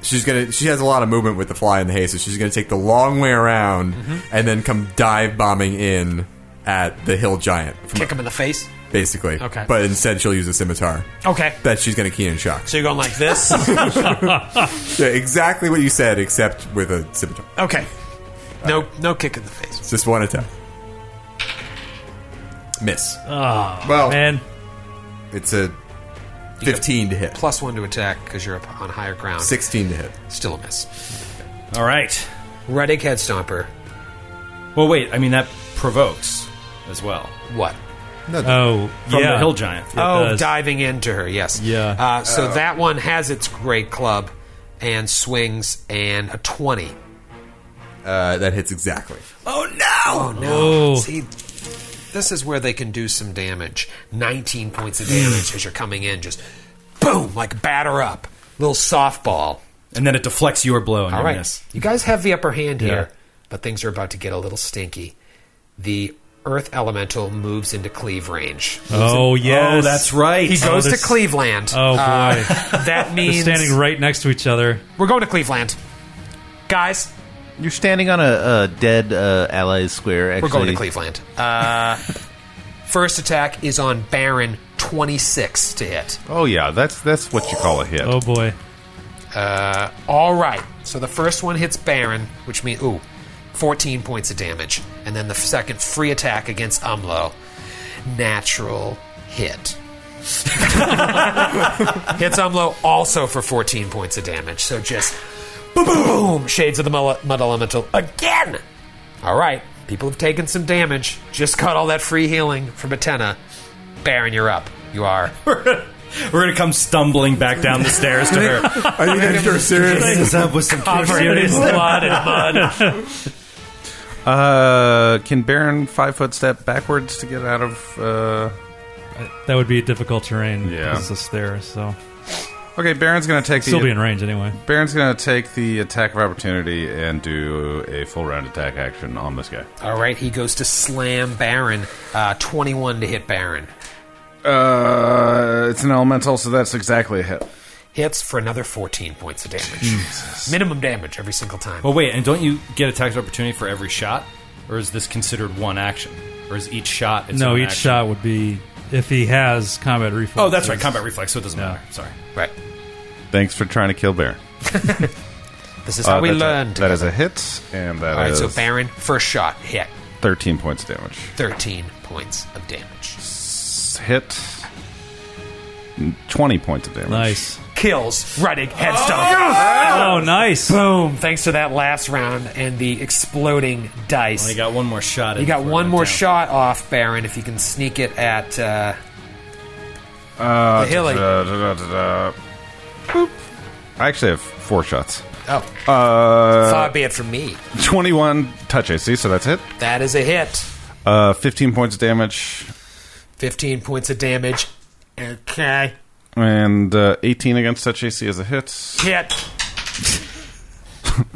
Speaker 7: she's going to she has a lot of movement with the fly in the hay, so she's going to take the long way around
Speaker 2: Mm-hmm.
Speaker 7: and then come dive bombing in at the hill giant from-
Speaker 4: Kick him in the face.
Speaker 7: basically.
Speaker 4: Okay.
Speaker 7: But instead she'll use a scimitar.
Speaker 4: Okay.
Speaker 7: That she's going to key in shock.
Speaker 4: So you're going like this?
Speaker 7: Yeah, exactly what you said except with a scimitar.
Speaker 4: okay. No, no kick in the face.
Speaker 7: It's just one attack. Miss. well,
Speaker 6: Man,
Speaker 7: it's a 15 to hit.
Speaker 4: Plus one to attack because you're up on higher ground.
Speaker 7: 16 to hit.
Speaker 4: Still a miss.
Speaker 2: All right.
Speaker 4: Reddick head stomper.
Speaker 2: Well, wait. I mean, that provokes as well
Speaker 4: What?
Speaker 6: oh,
Speaker 2: from
Speaker 6: yeah.
Speaker 2: the hill giant.
Speaker 4: Oh,
Speaker 6: does.
Speaker 4: diving into her, yes.
Speaker 6: Yeah.
Speaker 4: Uh, so that one has its great club and swings and a 20.
Speaker 7: Uh, that hits exactly.
Speaker 2: Oh, no!
Speaker 4: Oh, no.
Speaker 6: Oh.
Speaker 4: See, this is where they can do some damage. 19 points of
Speaker 6: Mm.
Speaker 4: damage as you're coming in. Just boom, like batter up. Little softball.
Speaker 2: And then it deflects your blow and
Speaker 4: All
Speaker 2: you
Speaker 4: right.
Speaker 2: miss.
Speaker 4: You guys have the upper hand here, but things are about to get a little stinky. The earth elemental moves into cleave range.
Speaker 6: Oh, yes.
Speaker 2: Oh, that's right.
Speaker 4: He goes to
Speaker 6: there's-
Speaker 4: Cleveland. Uh,
Speaker 6: Oh, boy.
Speaker 4: that
Speaker 6: They're
Speaker 4: means
Speaker 6: standing right next to each other.
Speaker 4: we're going to Cleveland. Guys,
Speaker 9: You're standing on a, a dead uh, allies square. Actually,
Speaker 4: We're going to Cleveland. Uh, first attack is on Baron 26 to hit.
Speaker 5: Oh yeah, that's that's what you call a hit.
Speaker 6: Oh, boy.
Speaker 4: All right. So the first one hits Baron, which means, ooh, 14 points of damage. And then the second free attack against Umlo. Natural hit. hits Umlo also for 14 points of damage. So just boom, boom, shades of the mud, mud elemental again. All right. People have taken some damage. Just got all that free healing from Atena. Baron, you're up. You are.
Speaker 2: We're going to come stumbling back down the stairs to her.
Speaker 7: Are you guys sure serious?
Speaker 2: Things up with some serious blood and mud.
Speaker 5: Uh, can Baron five foot step backwards to get out of? Uh...
Speaker 6: That would be difficult terrain.
Speaker 5: Yeah.
Speaker 6: It's just there, so.
Speaker 5: Okay, Baron's gonna take the
Speaker 6: Still be in range anyway.
Speaker 5: Baron's gonna take the attack of opportunity and do a full round attack action on this guy.
Speaker 4: All right, he goes to slam Baron. Uh, 21 to hit Baron.
Speaker 5: Uh, it's an elemental, so that's exactly a hit.
Speaker 4: Hits for another 14 points of damage. Minimum damage every single time.
Speaker 2: Well, wait, and don't you get a tax opportunity for every shot? Or is this considered one action? Or is each shot its
Speaker 6: no,
Speaker 2: own
Speaker 6: each
Speaker 2: action?
Speaker 6: shot would be if he has combat reflex.
Speaker 2: Oh, that's right, combat reflex. So it doesn't
Speaker 6: Yeah.
Speaker 2: matter. Sorry.
Speaker 4: Right.
Speaker 5: Thanks for trying to kill Bear.
Speaker 4: This is how
Speaker 5: Uh,
Speaker 4: we
Speaker 5: that's a-
Speaker 4: learned.
Speaker 5: that is a hit, and that is
Speaker 4: All right, so Baron, first shot, hit.
Speaker 5: 13 points of damage.
Speaker 4: 13 points of damage.
Speaker 5: S- Hit. 20 points of damage.
Speaker 6: nice.
Speaker 4: Kills, running, head stomp.
Speaker 6: Oh, nice.
Speaker 4: Boom! Thanks to that last round and the exploding dice.
Speaker 2: Only got one more shot. in
Speaker 4: you got
Speaker 2: before it
Speaker 4: one
Speaker 2: went
Speaker 4: more
Speaker 2: down.
Speaker 4: shot off, Baron, if you can sneak it at uh,
Speaker 5: Uh,
Speaker 4: The hilly.
Speaker 5: da- da- da- da- da. Boop. I actually have four shots.
Speaker 4: Oh,
Speaker 5: Uh,
Speaker 4: far be it from me.
Speaker 5: 21 touch AC, so that's it.
Speaker 4: That is a hit.
Speaker 5: Uh, 15 points of damage,
Speaker 4: 15 points of damage. Okay.
Speaker 5: and uh, 18 against touch AC is a hit.
Speaker 4: Hit.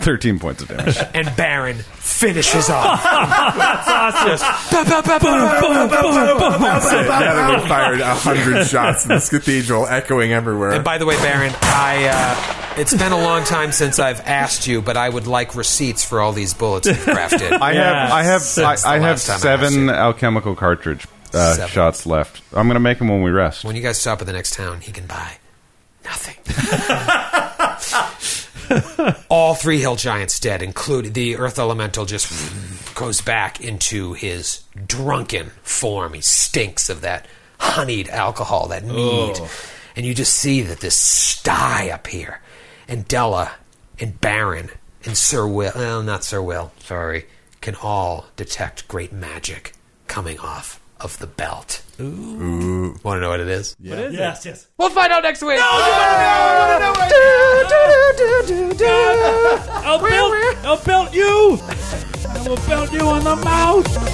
Speaker 5: 13 points of damage.
Speaker 4: And Baron finishes off.
Speaker 7: now that we fired a hundred shots in this cathedral, echoing everywhere.
Speaker 4: and by the way, Baron, I. Uh, it's been a long time since I've asked you, but I would like receipts for all these bullets you've crafted.
Speaker 5: I have I have
Speaker 4: Since
Speaker 5: I, I
Speaker 4: the
Speaker 5: have
Speaker 4: last time I asked
Speaker 5: seven
Speaker 4: you.
Speaker 5: alchemical cartridge uh,
Speaker 4: Seven.
Speaker 5: shots left. I'm gonna make them when we rest.
Speaker 4: When you guys stop at the next town, he can buy nothing. All three hill giants dead, including the earth elemental, just goes back into his drunken form. He stinks of that honeyed alcohol, that mead. And you just see that this sty up here, and Della, and Baron, and Sir Will, well, not Sir Will, sorry, can all detect great magic coming off of the belt. Want to know what it is?
Speaker 6: Yes, yes.
Speaker 4: We'll find out next week.
Speaker 6: I'll belt, I'll belt you. I will belt you on the mouth.